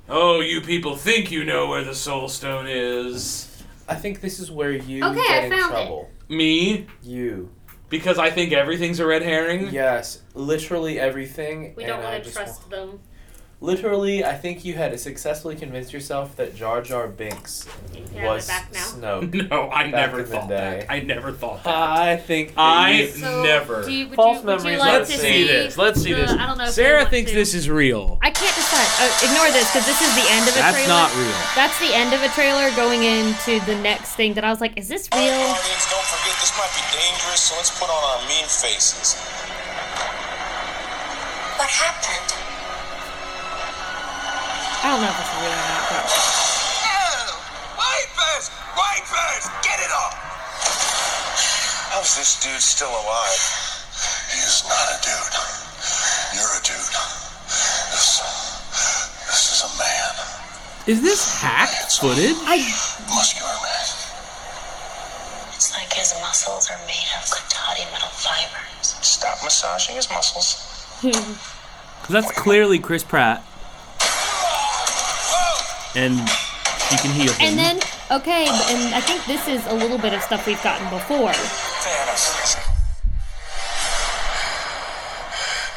Speaker 3: Oh, you people think you know where the Soul Stone is.
Speaker 2: I think this is where you
Speaker 4: Okay,
Speaker 2: get
Speaker 4: I
Speaker 2: in
Speaker 4: found it.
Speaker 2: trouble.
Speaker 3: Me,
Speaker 2: You.
Speaker 3: because I think everything's a red herring.
Speaker 2: Yes, literally everything.
Speaker 4: we don't
Speaker 2: and
Speaker 4: want
Speaker 2: I
Speaker 4: to
Speaker 2: just
Speaker 4: trust them.
Speaker 2: Literally, I think you had successfully convinced yourself that Jar Jar Binks
Speaker 4: Yeah,
Speaker 2: was
Speaker 4: I'm back now.
Speaker 2: Snoke.
Speaker 3: No,
Speaker 2: Back
Speaker 3: I never
Speaker 2: in the
Speaker 3: thought that.
Speaker 2: day.
Speaker 3: I never thought that.
Speaker 2: I think that
Speaker 3: I-
Speaker 2: you-
Speaker 4: So,
Speaker 3: Never.
Speaker 4: Do you, would
Speaker 2: False
Speaker 4: you, Would
Speaker 2: memories
Speaker 4: you like
Speaker 2: are
Speaker 3: Let's
Speaker 4: to
Speaker 2: safe.
Speaker 3: see this. Let's see
Speaker 4: the-
Speaker 3: this.
Speaker 4: I don't know. If
Speaker 3: Sarah
Speaker 4: we want
Speaker 3: thinks
Speaker 4: to.
Speaker 3: this is real.
Speaker 7: I can't decide. Oh, ignore this because this is the end of a
Speaker 3: That's
Speaker 7: trailer.
Speaker 3: not real.
Speaker 7: That's the end of a trailer going into the next thing that I was like, is this real?
Speaker 8: Audience, don't forget this might be dangerous, so let's put on our mean faces.
Speaker 5: What happened?
Speaker 7: I don't know if it's real or not. But
Speaker 8: Wipers! Wipers! Get it up! How's this dude still alive? He is not a dude. You're a dude. This, this is a man.
Speaker 3: Is this hacked footage?
Speaker 8: Muscular man.
Speaker 5: It's like his muscles are made of katati metal fibers.
Speaker 8: Stop massaging his muscles.
Speaker 3: That's clearly Chris Pratt,
Speaker 8: Whoa!
Speaker 3: and you can heal him.
Speaker 7: and then okay, but- and I think this is a little bit of stuff we've gotten before.
Speaker 8: Thanos.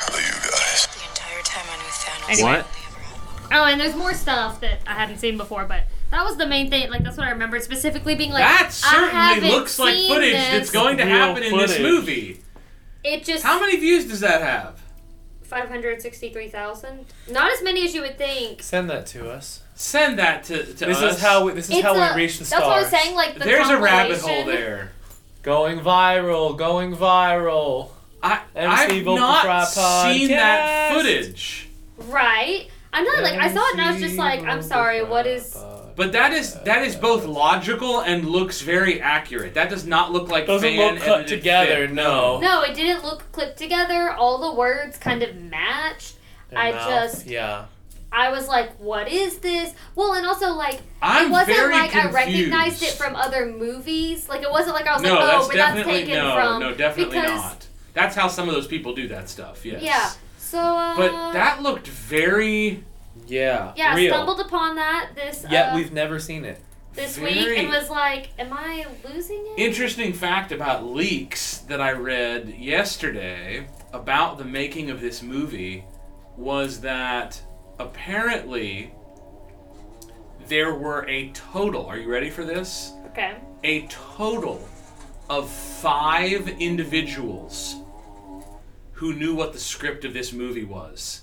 Speaker 8: Hello, you guys.
Speaker 5: The entire time I knew Thanos
Speaker 7: Anyway.
Speaker 3: What?
Speaker 5: only ever had one
Speaker 7: Oh, and there's more stuff that I hadn't seen before, but that was the main thing. Like that's what I remember specifically being like.
Speaker 3: that
Speaker 4: I
Speaker 3: certainly
Speaker 4: haven't
Speaker 3: looks like
Speaker 4: seen
Speaker 3: footage
Speaker 4: this.
Speaker 3: that's going to
Speaker 2: Real
Speaker 3: happen in this
Speaker 2: footage.
Speaker 3: movie.
Speaker 4: It just
Speaker 3: How many views does that have?
Speaker 4: five hundred sixty-three thousand. Not as many as you would think.
Speaker 2: Send that to us.
Speaker 3: Send that to, to
Speaker 2: This
Speaker 3: us.
Speaker 2: is how we, this is
Speaker 4: It's
Speaker 2: how
Speaker 4: a-
Speaker 2: we reach the
Speaker 4: That's what I
Speaker 2: stars.
Speaker 4: was saying. Like the
Speaker 3: There's a rabbit hole
Speaker 4: compilation-
Speaker 3: there.
Speaker 2: Going viral, going viral.
Speaker 3: I,
Speaker 2: MC
Speaker 3: I've
Speaker 2: Vocal Fry
Speaker 3: not
Speaker 2: Podcast.
Speaker 3: seen that footage.
Speaker 4: Right. I'm not like I saw it and I was just like, I'm sorry. What is?
Speaker 3: But that is that is both logical and looks very accurate. That does not look like
Speaker 2: Doesn't
Speaker 3: fan
Speaker 2: look cut
Speaker 3: edited
Speaker 2: together,
Speaker 3: fit.
Speaker 2: no.
Speaker 4: No, it didn't look clipped together. All the words kind of matched. I just
Speaker 2: yeah.
Speaker 4: I was like, what is this? Well, and also like
Speaker 3: I'm
Speaker 4: it wasn't
Speaker 3: very
Speaker 4: like
Speaker 3: confused.
Speaker 4: I recognized it from other movies. Like it wasn't like I was
Speaker 3: No,
Speaker 4: like, oh,
Speaker 3: that's
Speaker 4: but that's
Speaker 3: definitely
Speaker 4: taken
Speaker 3: no,
Speaker 4: from
Speaker 3: no, definitely
Speaker 4: because,
Speaker 3: not. That's how some of those people do that stuff. Yes.
Speaker 4: Yeah. So uh,
Speaker 3: But that looked very
Speaker 2: Yeah.
Speaker 4: yeah, I
Speaker 2: Real.
Speaker 4: stumbled upon that this
Speaker 2: Yet
Speaker 4: uh,
Speaker 2: we've never seen it.
Speaker 4: this
Speaker 3: very-
Speaker 4: week and was like, am I losing it?
Speaker 3: interesting fact about leaks that I read yesterday about the making of this movie was that apparently there were a total. Are you ready for this?
Speaker 4: okay.
Speaker 3: a total of five individuals who knew what the script of this movie was.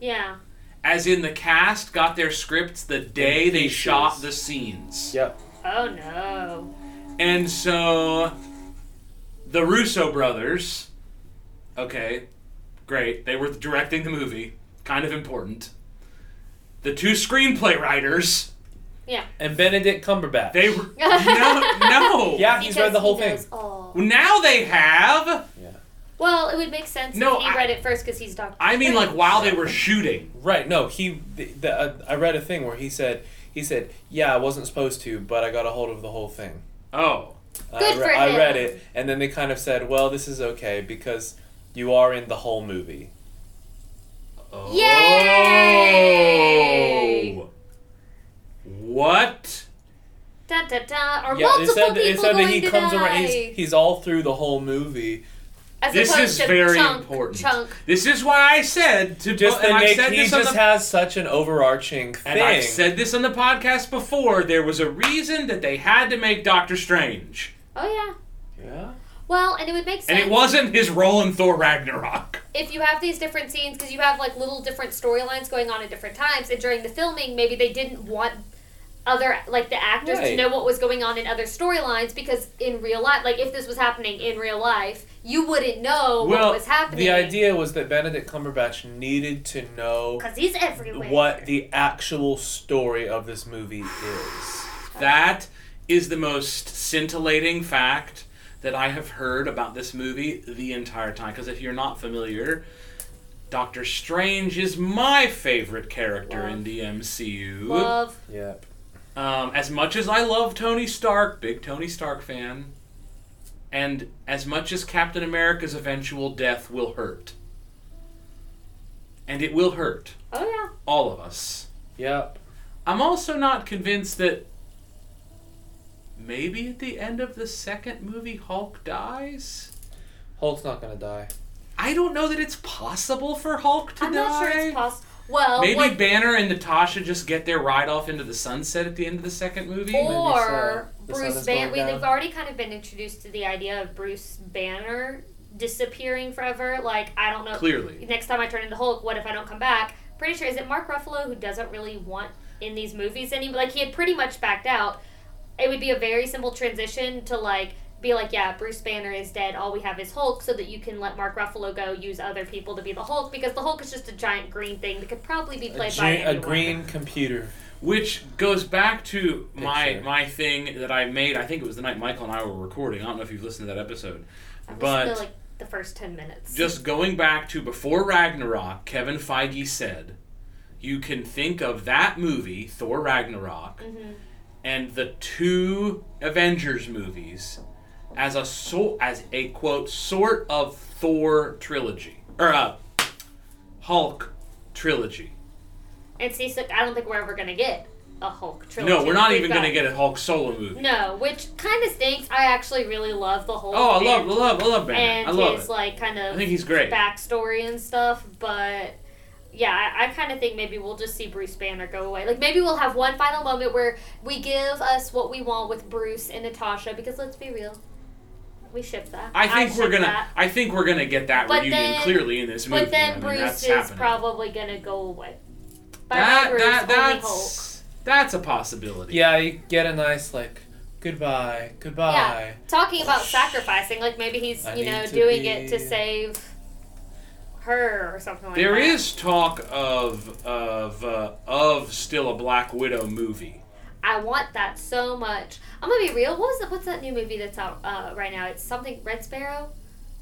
Speaker 4: Yeah.
Speaker 3: As in, the cast got their scripts the day they
Speaker 2: pieces.
Speaker 3: shot the scenes.
Speaker 2: Yep.
Speaker 4: Oh no.
Speaker 3: And so, the Russo brothers, okay, great, they were directing the movie, kind of important. The two screenplay writers,
Speaker 4: Yeah.
Speaker 2: And Benedict Cumberbatch.
Speaker 3: they were. no, no!
Speaker 2: yeah, he's read the whole
Speaker 4: he
Speaker 2: thing.
Speaker 4: Does all.
Speaker 3: Now they have
Speaker 4: Well, it would make sense
Speaker 3: No,
Speaker 4: if he
Speaker 3: I-
Speaker 4: read it first because he's Doctor.
Speaker 3: I mean, like while they were shooting.
Speaker 2: Right. No, he. The, the, uh, I read a thing where he said he said, "Yeah, I wasn't supposed to, but I got a hold of the whole thing."
Speaker 3: Oh,
Speaker 2: I,
Speaker 4: Good for
Speaker 2: I
Speaker 4: him.
Speaker 2: read it, and then they kind of said, "Well, this is okay because you are in the whole movie."
Speaker 4: Yay!
Speaker 3: Oh. what?
Speaker 4: Da, da, da, or
Speaker 2: yeah,
Speaker 4: multiple
Speaker 2: they said that,
Speaker 4: people
Speaker 2: it said
Speaker 4: going
Speaker 2: that he
Speaker 4: to
Speaker 2: comes
Speaker 4: die.
Speaker 2: around. He's, he's all through the whole movie.
Speaker 4: As
Speaker 3: This
Speaker 4: opposed
Speaker 3: is
Speaker 4: to
Speaker 3: very
Speaker 4: chunk,
Speaker 3: important.
Speaker 4: Chunk.
Speaker 3: This is why I said to
Speaker 2: Just
Speaker 3: and
Speaker 2: the
Speaker 3: I
Speaker 2: Nick,
Speaker 3: said
Speaker 2: he
Speaker 3: this on
Speaker 2: just
Speaker 3: the,
Speaker 2: has such an overarching
Speaker 3: and
Speaker 2: thing.
Speaker 3: I said this on the podcast before. There was a reason that they had to make Doctor Strange,
Speaker 4: Oh yeah.
Speaker 2: yeah.
Speaker 4: Well, and it would make sense
Speaker 3: and it wasn't his role in Thor Ragnarok.
Speaker 4: if you have these different scenes because you have like little different storylines going on at different times, and during the filming, maybe they didn't want other like the actors to
Speaker 2: Right.
Speaker 4: know what was going on in other storylines because in real life, like if this was happening in real life, you wouldn't know
Speaker 2: Well,
Speaker 4: what was happening.
Speaker 2: The idea was that Benedict Cumberbatch needed to know
Speaker 4: because he's everywhere.
Speaker 2: what the actual story of this movie is.
Speaker 3: That is the most scintillating fact that I have heard about this movie the entire time. Because if you're not familiar, Doctor Strange is my favorite character in the MCU.
Speaker 4: Love.
Speaker 2: Yep.
Speaker 3: Um, as much as I love Tony Stark, big Tony Stark fan, and as much as Captain America's eventual death will hurt, and it will hurt
Speaker 4: Oh yeah.
Speaker 3: all of us.
Speaker 2: Yep.
Speaker 3: I'm also not convinced that maybe at the end of the second movie Hulk dies.
Speaker 2: Hulk's not gonna die.
Speaker 3: I don't know that it's possible for Hulk to
Speaker 4: I'm
Speaker 3: die.
Speaker 4: not sure it's possible. Well,
Speaker 3: Maybe
Speaker 4: what-
Speaker 3: Banner and Natasha just get their ride off into the sunset at the end of the second movie.
Speaker 4: or
Speaker 2: so. The sun
Speaker 4: Bruce
Speaker 2: is going
Speaker 4: Banner. We,
Speaker 2: down.
Speaker 4: they've already kind of been introduced to the idea of Bruce Banner disappearing forever. Like I don't know.
Speaker 3: Clearly.
Speaker 4: Next time I turn into Hulk, what if I don't come back? Pretty sure is it Mark Ruffalo who doesn't really want in these movies any like he had pretty much backed out. It would be a very simple transition to like be like, yeah, Bruce Banner is dead. All we have is Hulk, so that you can let Mark Ruffalo go use other people to be the Hulk because the Hulk is just a giant green thing that could probably be
Speaker 2: A,
Speaker 4: played by
Speaker 2: gi- a
Speaker 4: anyone.
Speaker 2: green computer.
Speaker 3: Which goes back to my
Speaker 2: Picture.
Speaker 3: my thing that I made. I think it was the night Michael and I were recording. I don't know if you've listened to that episode,
Speaker 4: I listened
Speaker 3: but
Speaker 4: to, like the first ten minutes.
Speaker 3: just going back to before Ragnarok, Kevin Feige said, you can think of that movie, Thor Ragnarok,
Speaker 4: Mm-hmm.
Speaker 3: and the two Avengers movies as a so, as a quote sort of Thor trilogy or a Hulk trilogy.
Speaker 4: And see, so I don't think we're ever gonna get a Hulk trilogy.
Speaker 3: No, we're not
Speaker 4: We've
Speaker 3: even
Speaker 4: got-
Speaker 3: going to get a Hulk solo movie.
Speaker 4: No, which kind of stinks. I actually really love the Hulk.
Speaker 3: Oh, I
Speaker 4: and,
Speaker 3: love, I love, I love Banner.
Speaker 4: and
Speaker 3: I love
Speaker 4: his
Speaker 3: it.
Speaker 4: like kind of
Speaker 3: I think he's great.
Speaker 4: backstory and stuff. But yeah, I, I kind of think maybe we'll just see Bruce Banner go away. Like maybe we'll have one final moment where we give us what we want with Bruce and Natasha. Because let's be real, we ship that.
Speaker 3: I think we're
Speaker 4: ship
Speaker 3: gonna.
Speaker 4: that.
Speaker 3: I think we're gonna get that
Speaker 4: But
Speaker 3: reunion
Speaker 4: then-
Speaker 3: clearly in this movie.
Speaker 4: But then
Speaker 3: I mean,
Speaker 4: Bruce
Speaker 3: that's
Speaker 4: is
Speaker 3: happening.
Speaker 4: probably gonna go away. By
Speaker 3: that,
Speaker 4: my Bruce,
Speaker 3: that,
Speaker 4: only Hulk.
Speaker 3: that's that's a possibility.
Speaker 2: Yeah, you get a nice like goodbye,
Speaker 4: Yeah,
Speaker 2: goodbye.
Speaker 4: talking about sacrificing, like maybe he's
Speaker 2: I
Speaker 4: you
Speaker 2: need
Speaker 4: know
Speaker 2: to
Speaker 4: doing it to
Speaker 2: be-
Speaker 4: save her or something like
Speaker 3: There
Speaker 4: that.
Speaker 3: is talk of of uh, of still a Black Widow movie.
Speaker 4: I want that so much. I'm gonna be real. What was the, what's that new movie that's out uh, right now? It's something Red Sparrow.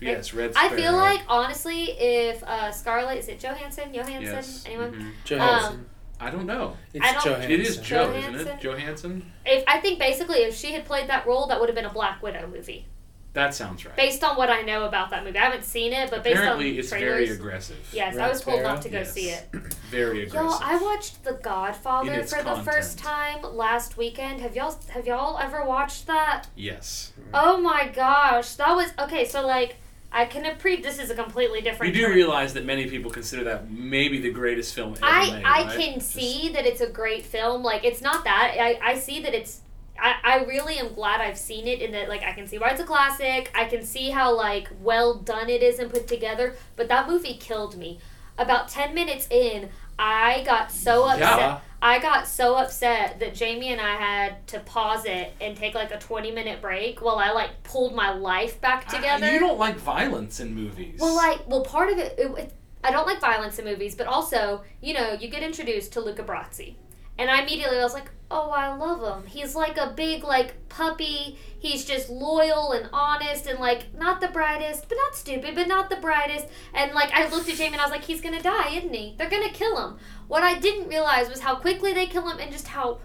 Speaker 3: Yes, Red
Speaker 4: I
Speaker 3: Sparrow.
Speaker 4: feel like honestly, if uh, Scarlett is it Johansson? Johansson?
Speaker 3: Yes.
Speaker 4: Anyone?
Speaker 3: mhm.
Speaker 2: Johansson.
Speaker 3: I don't know.
Speaker 2: it's
Speaker 4: Um, I don't-
Speaker 2: Johansson.
Speaker 3: It is Joe, isn't
Speaker 4: Johansson?
Speaker 3: it? Johansson.
Speaker 4: If I think basically, if she had played that role, that would have been a Black Widow movie.
Speaker 3: That sounds right.
Speaker 4: Based on what I know about that movie, I haven't seen it, but
Speaker 3: Apparently,
Speaker 4: based
Speaker 3: it's
Speaker 4: on
Speaker 3: very
Speaker 4: trailers,
Speaker 3: aggressive.
Speaker 4: yes, I
Speaker 2: Red
Speaker 4: was told
Speaker 2: Sparrow?
Speaker 4: not to go
Speaker 3: Yes.
Speaker 4: see it.
Speaker 3: Very aggressive.
Speaker 4: Y'all, I watched The Godfather
Speaker 3: In
Speaker 4: for
Speaker 3: its
Speaker 4: the first time last weekend. Have y'all have y'all ever watched that?
Speaker 3: yes.
Speaker 4: Oh my gosh, that was okay. So like, I can appreciate this is a completely
Speaker 3: You
Speaker 4: different.
Speaker 3: do
Speaker 4: turn.
Speaker 3: realize that many people consider that maybe the greatest film ever
Speaker 4: I
Speaker 3: made.
Speaker 4: I
Speaker 3: right?
Speaker 4: can
Speaker 3: Just-
Speaker 4: see that it's a great film. Like it's not that. I I see that it's. I, I really am glad I've seen it in that like I can see why it's a classic. I can see how like well done it is and put together. But that movie killed me. About ten minutes in, I got so upset.
Speaker 2: Yeah.
Speaker 4: I got so upset that Jamie and I had to pause it and take like a twenty minute break while I like pulled my life back
Speaker 3: Ah,
Speaker 4: together.
Speaker 3: you don't like violence in movies.
Speaker 4: Well, like, well, part of it, it, it- I don't like violence in movies, but also, you know, you get introduced to Luca Brasi, and I immediately was like, oh, I love him. He's like a big like puppy. He's just loyal and honest, and like not the brightest, but not stupid, but not the brightest. And like, I looked at Jamie and I was like, he's gonna die, isn't he? They're gonna kill him. What I didn't realize was how quickly they kill him, and just how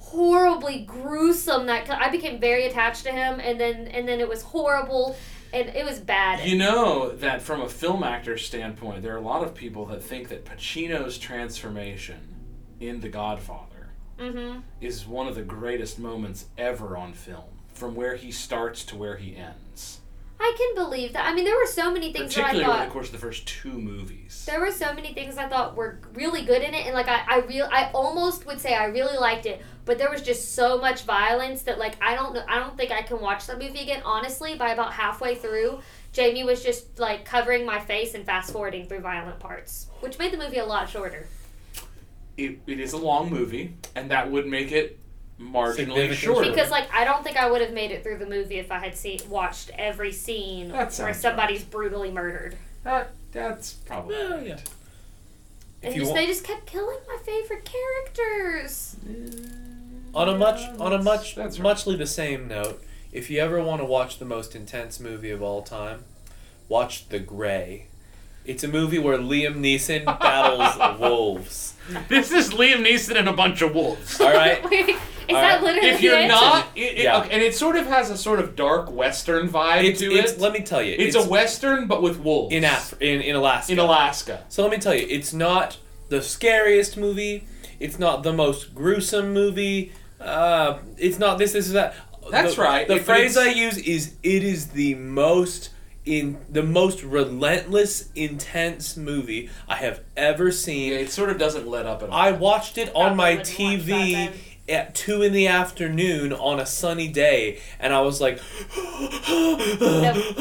Speaker 4: horribly gruesome that I became very attached to him and then and then it was horrible and it was bad
Speaker 3: you know that from a film actor standpoint, there are a lot of people that think that Pacino's transformation in The Godfather
Speaker 4: Mm-hmm.
Speaker 3: is one of the greatest moments ever on film, from where he starts to where he ends.
Speaker 4: I can believe that. I mean, there were so many things that I
Speaker 3: Particularly over the
Speaker 4: thought.
Speaker 3: course of the first two movies.
Speaker 4: There were so many things I thought were really good in it, and like I, I real, I almost would say I really liked it, but there was just so much violence that like I don't know, I don't think I can watch that movie again. Honestly, by about halfway through, Jamie was just like covering my face and fast forwarding through violent parts, which made the movie a lot shorter.
Speaker 3: It, it is a long movie, and that would make it marginally
Speaker 2: Significantly
Speaker 3: shorter.
Speaker 4: Because like I don't think I would have made it through the movie if I had seen watched every scene
Speaker 3: That
Speaker 4: where
Speaker 3: sounds
Speaker 4: somebody's brutally murdered.
Speaker 3: that, that's probably.
Speaker 2: Yeah,
Speaker 3: right.
Speaker 2: yeah.
Speaker 4: And
Speaker 2: you
Speaker 4: just,
Speaker 2: want-
Speaker 4: they just kept killing my favorite characters.
Speaker 2: On a much on a much
Speaker 3: That's right.
Speaker 2: muchly the same note, if you ever want to watch the most intense movie of all time, watch The Gray. It's a movie where Liam Neeson battles wolves.
Speaker 3: This is Liam Neeson and a bunch of wolves.
Speaker 2: All right.
Speaker 4: Wait, is
Speaker 2: Alright,
Speaker 4: that literally
Speaker 3: If you're
Speaker 4: it?
Speaker 3: not, it, it-
Speaker 2: Yeah.
Speaker 3: okay, and it sort of has a sort of dark western vibe
Speaker 2: It's,
Speaker 3: to
Speaker 2: it's
Speaker 3: it.
Speaker 2: let me tell you.
Speaker 3: it's, a western, but with wolves
Speaker 2: in Af- in in Alaska.
Speaker 3: in Alaska.
Speaker 2: So let me tell you, it's not the scariest movie. It's not the most gruesome movie. Uh, it's not this, this, is that.
Speaker 3: That's
Speaker 2: The-
Speaker 3: right.
Speaker 2: The
Speaker 3: It- but
Speaker 2: phrase I
Speaker 3: it's-
Speaker 2: use is it is the most in the most relentless, intense movie I have ever seen.
Speaker 3: Yeah, it sort of doesn't let up at all.
Speaker 2: I watched it on my
Speaker 7: wouldn't watch
Speaker 2: TV
Speaker 7: that then.
Speaker 2: at two in the afternoon on a sunny day, and I was like, and
Speaker 7: Would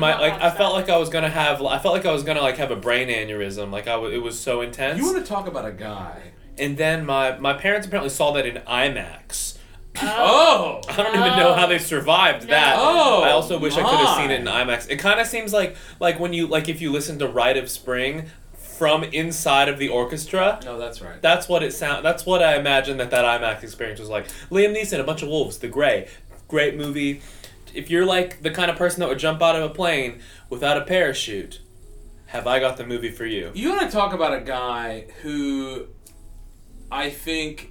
Speaker 2: my
Speaker 7: not
Speaker 2: like
Speaker 7: watch
Speaker 2: I felt
Speaker 7: that.
Speaker 2: like I was gonna have I felt like I was gonna like have a brain aneurysm. Like I w- it was so intense.
Speaker 3: you want to talk about a guy?
Speaker 2: and then my my parents apparently saw that in IMAX.
Speaker 3: Oh,
Speaker 2: I don't even know how they survived that.
Speaker 3: No.
Speaker 2: I also wish I could have seen
Speaker 3: My.
Speaker 2: it in IMAX. It kind of seems like like when you like if you listen to Rite of Spring from inside of the orchestra.
Speaker 3: no, that's right.
Speaker 2: That's what it sound. That's what I imagine that that IMAX experience was like. Liam Neeson, A Bunch of Wolves, The Gray, great movie. If you're like the kind of person that would jump out of a plane without a parachute, have I got the movie for you?
Speaker 3: You want to talk about a guy who I think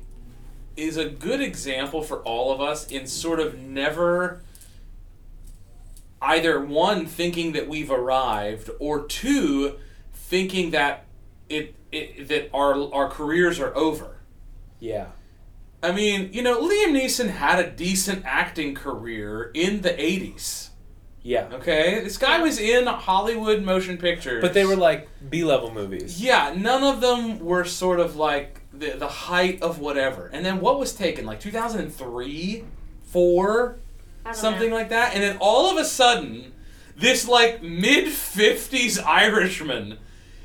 Speaker 3: is a good example for all of us in sort of never either one thinking that we've arrived or two thinking that it, it that our our careers are over.
Speaker 2: Yeah.
Speaker 3: I mean, you know, Liam Neeson had a decent acting career in the 80s.
Speaker 2: Yeah.
Speaker 3: Okay? This guy was in Hollywood motion pictures.
Speaker 2: But they were like B level movies.
Speaker 3: Yeah, none of them were sort of like the the height of whatever. And then what was taken like 2003, 4,
Speaker 7: don't
Speaker 3: something
Speaker 7: know.
Speaker 3: like that. And then all of a sudden, this like mid 50s Irishman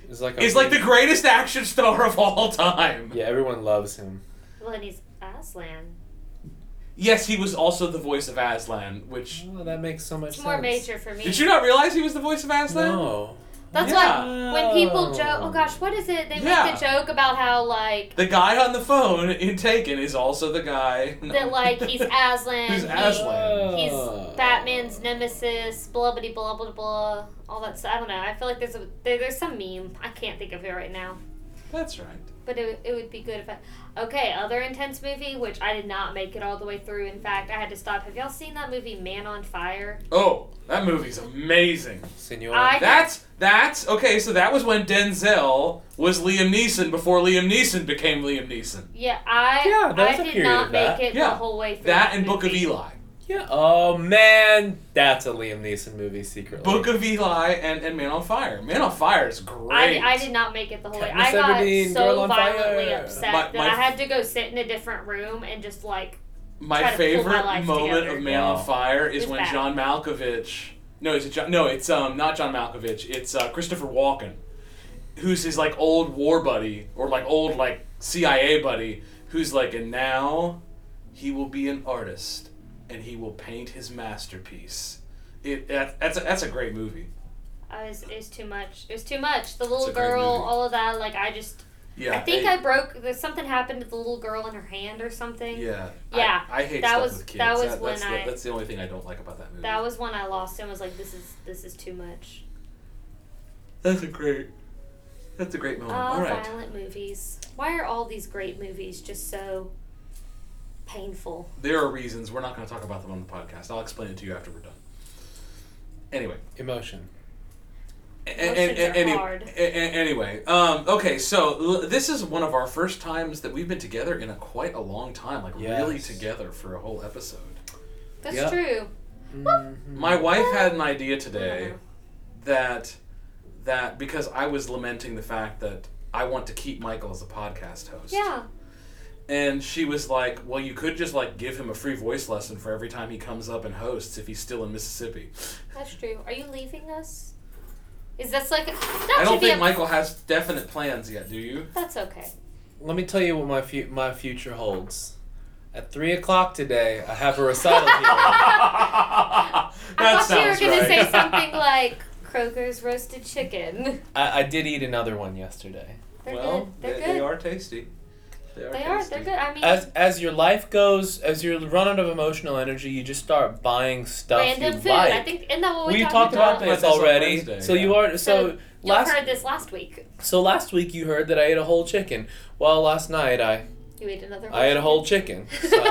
Speaker 2: It's like a-
Speaker 3: is like the greatest action star of all time.
Speaker 2: Yeah, everyone loves him.
Speaker 4: Well, and he's Aslan.
Speaker 3: Yes, he was also the voice of Aslan, which
Speaker 2: Oh, that makes so much
Speaker 4: It's
Speaker 2: sense.
Speaker 4: more major for me.
Speaker 3: Did you not realize he was the voice of Aslan?
Speaker 2: No.
Speaker 4: That's
Speaker 3: Yeah.
Speaker 4: why when people joke, oh gosh, what is it? They
Speaker 3: Yeah.
Speaker 4: make the joke about how like
Speaker 3: The guy on the phone in Taken is also the guy. No.
Speaker 4: that like he's Aslan.
Speaker 3: Who's
Speaker 4: he-
Speaker 3: Aslan?
Speaker 4: He's Batman's nemesis, blah blah blah blah blah, all that stuff. I don't know. I feel like there's a there, there's some meme. I can't think of it right now,
Speaker 3: That's right.
Speaker 4: but it, it would be good if I. Okay, other intense movie which I did not make it all the way through. In fact, I had to stop. Have y'all seen that movie Man on Fire?
Speaker 3: Oh, that movie's amazing.
Speaker 2: Senor.
Speaker 4: I-
Speaker 3: That's that's okay. So that was when Denzel was Liam Neeson before Liam Neeson became Liam Neeson.
Speaker 4: Yeah, I
Speaker 2: Yeah, there was a
Speaker 4: I did
Speaker 2: period
Speaker 4: not
Speaker 2: of
Speaker 4: make
Speaker 2: that.
Speaker 4: it
Speaker 3: Yeah.
Speaker 4: the whole way through.
Speaker 3: That
Speaker 4: the
Speaker 3: and Book of
Speaker 4: movie.
Speaker 3: Eli.
Speaker 2: yeah. Oh man, that's a Liam Neeson movie secretly.
Speaker 3: Book of Eli and, and Man on Fire. Man on Fire is great.
Speaker 4: I, I did not make it the whole way.
Speaker 2: Katniss
Speaker 4: I got
Speaker 2: Everdeen, Girl
Speaker 4: so
Speaker 2: on
Speaker 4: violently
Speaker 2: Fire.
Speaker 4: upset
Speaker 3: My-
Speaker 4: that
Speaker 3: my
Speaker 4: I
Speaker 3: f-
Speaker 4: had to go sit in a different room and just like
Speaker 3: My
Speaker 4: try to pull my
Speaker 3: favorite
Speaker 4: life
Speaker 3: moment
Speaker 4: together.
Speaker 3: of Man on Fire is
Speaker 4: It's
Speaker 3: when
Speaker 4: bad.
Speaker 3: John Malkovich. No, is it John? No, it's um not John Malkovich. It's uh, Christopher Walken, who's his like old war buddy or like old like CIA buddy, who's like, and now he will be an artist and he will paint his masterpiece. It that, that's a, that's a great movie.
Speaker 4: I was, it was too much. It was too much. The little
Speaker 3: a great
Speaker 4: girl,
Speaker 3: movie.
Speaker 4: all of that. Like I just,
Speaker 3: Yeah,
Speaker 4: I think
Speaker 3: it-
Speaker 4: I broke. There's something happened to the little girl in her hand or something.
Speaker 3: Yeah.
Speaker 4: Yeah,
Speaker 3: I, I hate
Speaker 4: that
Speaker 3: stuff
Speaker 4: was-
Speaker 3: with kids.
Speaker 4: that was when
Speaker 3: that's,
Speaker 4: I-
Speaker 3: the, that's the only thing I don't like about that movie.
Speaker 4: That was one I lost and was like, this is this is too much.
Speaker 3: that's a great. That's a great
Speaker 4: Oh,
Speaker 3: moment. All right.
Speaker 4: violent movies. Why are all these great movies just so painful?
Speaker 3: There are reasons. We're not going to talk about them on the podcast. I'll explain it to you after we're done. Anyway.
Speaker 2: Emotion.
Speaker 3: A- a-
Speaker 4: Emotions
Speaker 3: a-
Speaker 4: are
Speaker 3: any-
Speaker 4: hard.
Speaker 3: a- a- anyway. Um, okay, so l- this is one of our first times that we've been together in a quite a long time, like really
Speaker 2: Yes.
Speaker 3: together for a whole episode.
Speaker 4: That's
Speaker 2: Yeah.
Speaker 4: true.
Speaker 3: My wife had an idea today that that because I was lamenting the fact that I want to keep Michael as a podcast host.
Speaker 4: Yeah.
Speaker 3: And she was like, "Well, you could just like give him a free voice lesson for every time he comes up and hosts if he's still in Mississippi."
Speaker 4: That's true. Are you leaving us? Is this like that
Speaker 3: I don't
Speaker 4: should be
Speaker 3: think
Speaker 4: a,
Speaker 3: Michael has definite plans yet, do you?
Speaker 4: That's okay.
Speaker 2: Let me tell you what my fu- my future holds. At three o'clock today, I have a recital here.
Speaker 3: that
Speaker 4: I thought you were
Speaker 3: sounds
Speaker 4: gonna
Speaker 3: right.
Speaker 4: say something like Kroger's roasted chicken.
Speaker 2: I, I did eat another one yesterday.
Speaker 4: They're
Speaker 3: well,
Speaker 4: good. They're
Speaker 3: they,
Speaker 4: good.
Speaker 3: they are tasty. They are.
Speaker 4: They are.
Speaker 3: tasty.
Speaker 4: They're good. I mean,
Speaker 2: As as your life goes, as you run out of emotional energy, you just start buying stuff
Speaker 4: random
Speaker 2: you
Speaker 4: food.
Speaker 2: like.
Speaker 4: I think isn't that what we,
Speaker 2: we talked about
Speaker 3: about
Speaker 2: this
Speaker 3: this on
Speaker 2: already.
Speaker 3: Wednesday,
Speaker 2: so
Speaker 3: yeah.
Speaker 2: you are so,
Speaker 4: So, You
Speaker 2: last
Speaker 4: heard this last week.
Speaker 2: so last week you heard that I ate a whole chicken. Well, last night I
Speaker 4: You ate another.
Speaker 2: I ate a whole chicken.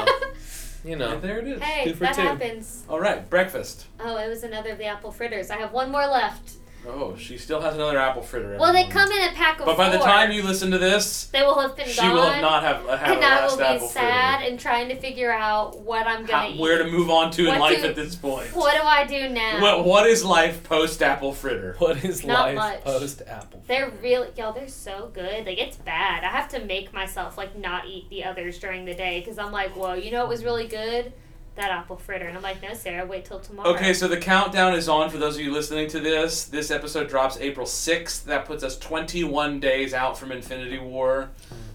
Speaker 2: So you know.
Speaker 3: And there it is.
Speaker 4: hey,
Speaker 2: Two for
Speaker 4: that
Speaker 2: two.
Speaker 4: happens.
Speaker 3: All right, breakfast.
Speaker 4: Oh, it was another of the apple fritters. I have one more left.
Speaker 3: Oh, she still has another apple fritter.
Speaker 4: Well, they
Speaker 3: everyone.
Speaker 4: come in a pack of
Speaker 3: But by the
Speaker 4: four.
Speaker 3: time you listen to this,
Speaker 4: they will have been
Speaker 3: she
Speaker 4: gone.
Speaker 3: will have not have uh, had
Speaker 4: and
Speaker 3: a
Speaker 4: I
Speaker 3: last
Speaker 4: will be
Speaker 3: apple
Speaker 4: sad
Speaker 3: fritter.
Speaker 4: and trying to figure out what I'm
Speaker 3: How-
Speaker 4: gonna eat.
Speaker 3: where to move on to in
Speaker 4: What
Speaker 3: life
Speaker 4: to-
Speaker 3: at this point?
Speaker 4: What do I do now?
Speaker 3: What what is life post apple fritter?
Speaker 9: What is
Speaker 4: Not much.
Speaker 9: life post apple?
Speaker 4: They're really y'all. They're so good. Like it's bad. I have to make myself like not eat the others during the day because I'm like, whoa. You know it was really good, that apple fritter. And I'm like, no, Sarah, wait till tomorrow.
Speaker 3: Okay, so the countdown is on for those of you listening to this. This episode drops April 6th. That puts us 21 days out from Infinity War.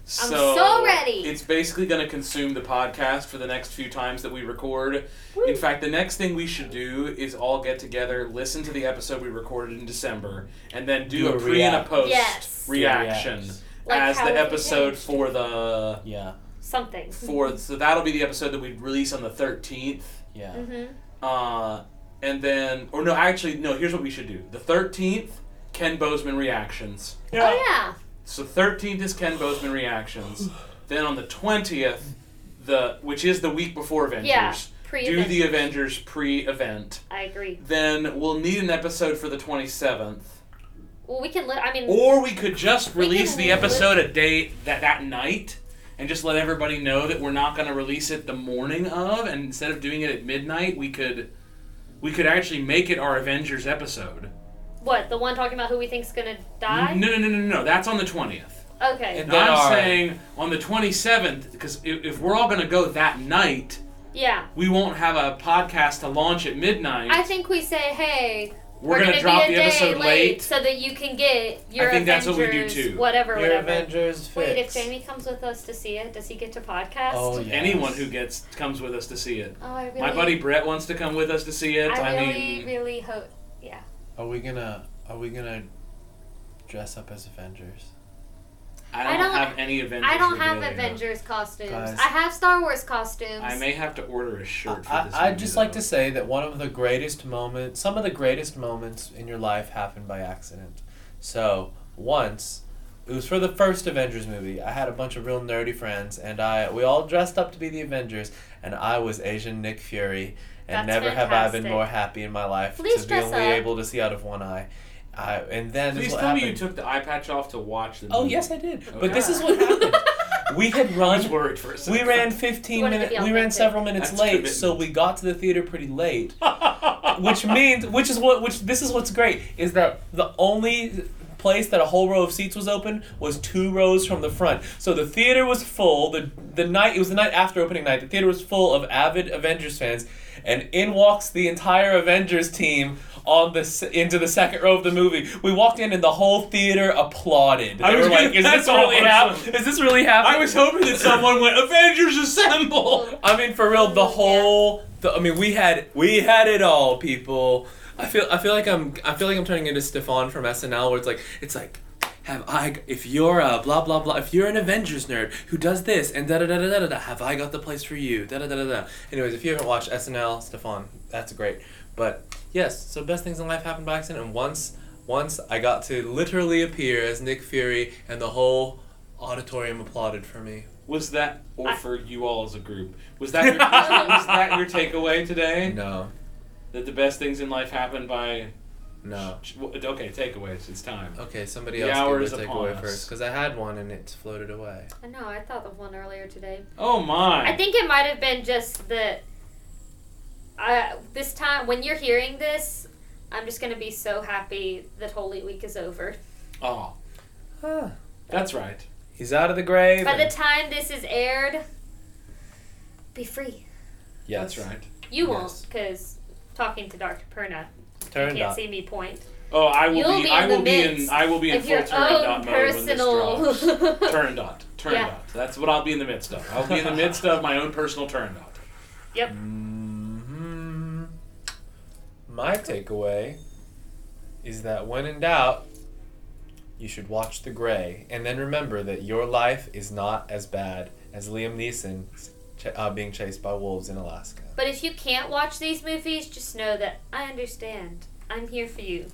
Speaker 3: So
Speaker 4: so ready.
Speaker 3: It's basically going to consume the podcast for the next few times that we record. In fact, the next thing we should do is all get together, listen to the episode we recorded in December, and then do,
Speaker 9: Do
Speaker 3: a
Speaker 9: a
Speaker 3: pre and a
Speaker 9: react.
Speaker 3: post
Speaker 4: Yes.
Speaker 3: reaction
Speaker 9: Reacts.
Speaker 4: Like
Speaker 3: as
Speaker 4: how
Speaker 3: the
Speaker 4: we
Speaker 3: episode
Speaker 4: did.
Speaker 3: for the
Speaker 9: Yeah,
Speaker 4: something.
Speaker 3: for so that'll be the episode that we release on the 13th.
Speaker 9: yeah.
Speaker 4: Mm-hmm.
Speaker 3: Uh, and then, or no, actually, no. Here's what we should do: the thirteenth, Ken Bozeman reactions.
Speaker 4: Oh yeah.
Speaker 3: So thirteenth is Ken Bozeman reactions. then on the twentieth, the which is the week before Avengers,
Speaker 4: Yeah.
Speaker 3: do
Speaker 4: Pre-event.
Speaker 3: the Avengers pre-event.
Speaker 4: I agree.
Speaker 3: Then we'll need an episode for the twenty seventh,
Speaker 4: Well, we can. Li- I mean,
Speaker 3: or we could just
Speaker 4: We can
Speaker 3: release the
Speaker 4: leave it.
Speaker 3: episode a day that that night. And just let everybody know that we're not going to release it the morning of, and instead of doing it at midnight, we could, we could actually make it our Avengers episode.
Speaker 4: what the one talking about who we think's gonna die?
Speaker 3: No, no, no, no, no. That's on the 20th.
Speaker 4: okay.
Speaker 9: And-
Speaker 3: No, I'm
Speaker 9: All right.
Speaker 3: saying on the 27th, because if, if we're all going to go that night,
Speaker 4: Yeah.
Speaker 3: we won't have a podcast to launch at midnight.
Speaker 4: I think we say, hey,
Speaker 3: we're going to drop
Speaker 4: be
Speaker 3: the
Speaker 4: a day
Speaker 3: episode late.
Speaker 4: so that you can get your
Speaker 3: I think that's
Speaker 4: Avengers,
Speaker 3: what we do, too.
Speaker 4: whatever,
Speaker 9: Your
Speaker 4: whatever.
Speaker 9: Avengers fix.
Speaker 4: Wait, if Jamie comes with us to see it, does he get to podcast?
Speaker 9: Oh, yes.
Speaker 3: Anyone who gets comes with us to see it.
Speaker 4: Oh, I really,
Speaker 3: My buddy Brett wants to come with us to see it.
Speaker 4: I
Speaker 3: I,
Speaker 4: really,
Speaker 3: mean,
Speaker 4: really hope.
Speaker 9: Are we gonna Are we gonna dress up as Avengers?
Speaker 3: I don't,
Speaker 4: I don't-
Speaker 3: have any Avengers.
Speaker 4: I don't have
Speaker 3: regalia.
Speaker 4: Avengers costumes.
Speaker 9: Guys.
Speaker 4: I have Star Wars costumes.
Speaker 3: I may have to order a shirt for
Speaker 9: I,
Speaker 3: this.
Speaker 9: I'd
Speaker 3: movie,
Speaker 9: just like
Speaker 3: though.
Speaker 9: to say that one of the greatest moments, some of the greatest moments in your life happened by accident. So, once, it was for the first Avengers movie. I had a bunch of real nerdy friends, and I we all dressed up to be the Avengers, and I was Asian Nick Fury, and
Speaker 4: That's
Speaker 9: never have I been
Speaker 4: fantastic.
Speaker 9: more happy in my life
Speaker 4: Please
Speaker 9: to be
Speaker 4: dress
Speaker 9: only
Speaker 4: up.
Speaker 9: able to see out of one eye. I, and then this
Speaker 3: Please
Speaker 9: is what
Speaker 3: tell
Speaker 9: happened.
Speaker 3: me you took the eye patch off to watch the.
Speaker 9: oh
Speaker 3: movie.
Speaker 9: yes, I did.
Speaker 3: Okay.
Speaker 9: But this is what happened. We had
Speaker 3: I
Speaker 9: run
Speaker 3: was worried for a second.
Speaker 9: we ran
Speaker 4: You
Speaker 9: 15
Speaker 4: wanted to
Speaker 9: minutes.
Speaker 4: be
Speaker 9: We ran
Speaker 4: authentic.
Speaker 9: several minutes
Speaker 3: That's
Speaker 9: late,
Speaker 3: commitment.
Speaker 9: so we got to the theater pretty late.
Speaker 3: which
Speaker 9: Which means, which is what, which this is what's great is that the only place that a whole row of seats was open was two rows from the front. So the theater was full. the The night it was the night after opening night. The theater was full of avid Avengers fans, and in walks the entire Avengers team on the s- into the second row of the movie. We walked in, and the whole theater applauded. They
Speaker 3: I was
Speaker 9: were
Speaker 3: gonna-
Speaker 9: like, "Is
Speaker 3: that's
Speaker 9: this really
Speaker 3: awesome.
Speaker 9: happening? Is this really happening?"
Speaker 3: I was hoping that someone went Avengers Assemble.
Speaker 9: I mean, for real, the
Speaker 4: Yeah.
Speaker 9: whole. The, I mean, we had we had it all, people. I feel I feel like I'm I feel like I'm turning into Stefan from SNL, where it's like it's like. Have I? If you're a blah blah blah, if you're an Avengers nerd who does this and da da da da da da, da have I got the place for you? Da da da da da. Anyways, if you haven't watched SNL, Stefan, that's great. But yes, so best things in life happen by accident, and once once I got to literally appear as Nick Fury, and the whole auditorium applauded for me.
Speaker 3: Was that, or for you all as a group, was that your, was that your takeaway today?
Speaker 9: No,
Speaker 3: That the best things in life happen by.
Speaker 9: no.
Speaker 3: ch- well, Okay, takeaways. It's time.
Speaker 9: Okay, somebody
Speaker 3: The hour
Speaker 9: else
Speaker 3: is
Speaker 9: give a
Speaker 3: upon
Speaker 9: takeaway
Speaker 3: us.
Speaker 9: first because I had one and it's floated away.
Speaker 4: I know. I thought of one earlier today.
Speaker 3: Oh my!
Speaker 4: I think it might have been just that. I this time when you're hearing this, I'm just gonna be so happy that Holy Week is over.
Speaker 3: oh, that's right.
Speaker 9: He's out of the grave.
Speaker 4: By the time this is aired, be free.
Speaker 9: yes,
Speaker 3: That's right.
Speaker 4: You
Speaker 9: Yes.
Speaker 4: won't, because talking to Dr. Perna, you
Speaker 9: Turned
Speaker 4: can't
Speaker 9: up.
Speaker 4: see me point.
Speaker 3: Oh, I will
Speaker 4: You'll
Speaker 3: be.
Speaker 4: be
Speaker 3: I
Speaker 4: in the
Speaker 3: will be in.
Speaker 4: midst
Speaker 3: I will be in
Speaker 4: Of
Speaker 3: full
Speaker 4: your
Speaker 3: turn
Speaker 4: own
Speaker 3: dot mode when this
Speaker 4: personal.
Speaker 3: drops. Turn dot. Turn
Speaker 4: Yeah.
Speaker 3: dot. That's what I'll be in the midst of. I'll be in the midst of my own personal turn dot.
Speaker 9: Mm-hmm. Mhm. My takeaway is that when in doubt, you should watch The Gray and then remember that your life is not as bad as Liam Neeson ch- uh, being chased by wolves in Alaska.
Speaker 4: but if you can't watch these movies, just know that I understand. I'm here for you.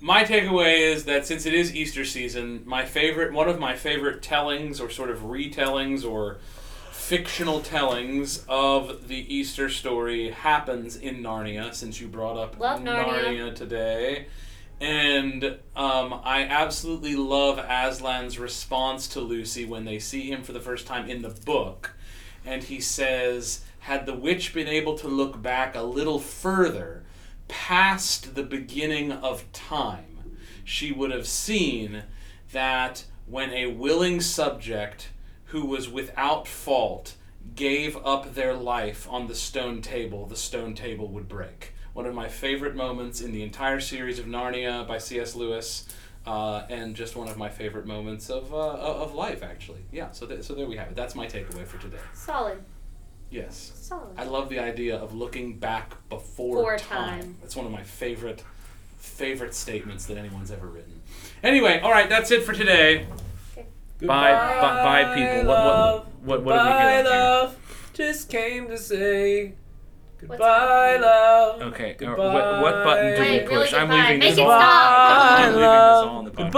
Speaker 3: My takeaway is that since it is Easter season, my favorite, one of my favorite tellings or sort of retellings or fictional tellings of the Easter story happens in Narnia, since you brought up
Speaker 4: Love Narnia.
Speaker 3: today. And um, I absolutely love Aslan's response to Lucy when they see him for the first time in the book. And he says, Had the witch been able to look back a little further, past the beginning of time, she would have seen that when a willing subject who was without fault gave up their life on the stone table, the stone table would break. One of my favorite moments in the entire series of Narnia by C.S. Lewis, uh, and just one of my favorite moments of, uh, of of life, actually. Yeah, so, th- so there we have it. That's my takeaway for today.
Speaker 4: Solid.
Speaker 3: Yes.
Speaker 4: Solid.
Speaker 3: I love the idea of looking back before
Speaker 4: For
Speaker 3: time.
Speaker 4: time.
Speaker 3: That's one of my favorite favorite statements that anyone's ever written. Anyway, all right, that's it for today.
Speaker 10: Bye, bye, bye, people. What, what, what, what
Speaker 9: Bye,
Speaker 10: did we get out
Speaker 9: love. Just came to say
Speaker 4: What's
Speaker 9: bye,
Speaker 4: happening?
Speaker 9: love.
Speaker 10: here? Okay, uh, what, what button do we
Speaker 4: Wait, really
Speaker 10: push? I'm
Speaker 4: goodbye.
Speaker 10: leaving
Speaker 4: Make
Speaker 10: this
Speaker 4: it
Speaker 10: all.
Speaker 4: stop.
Speaker 10: I'm leaving this all on the podcast.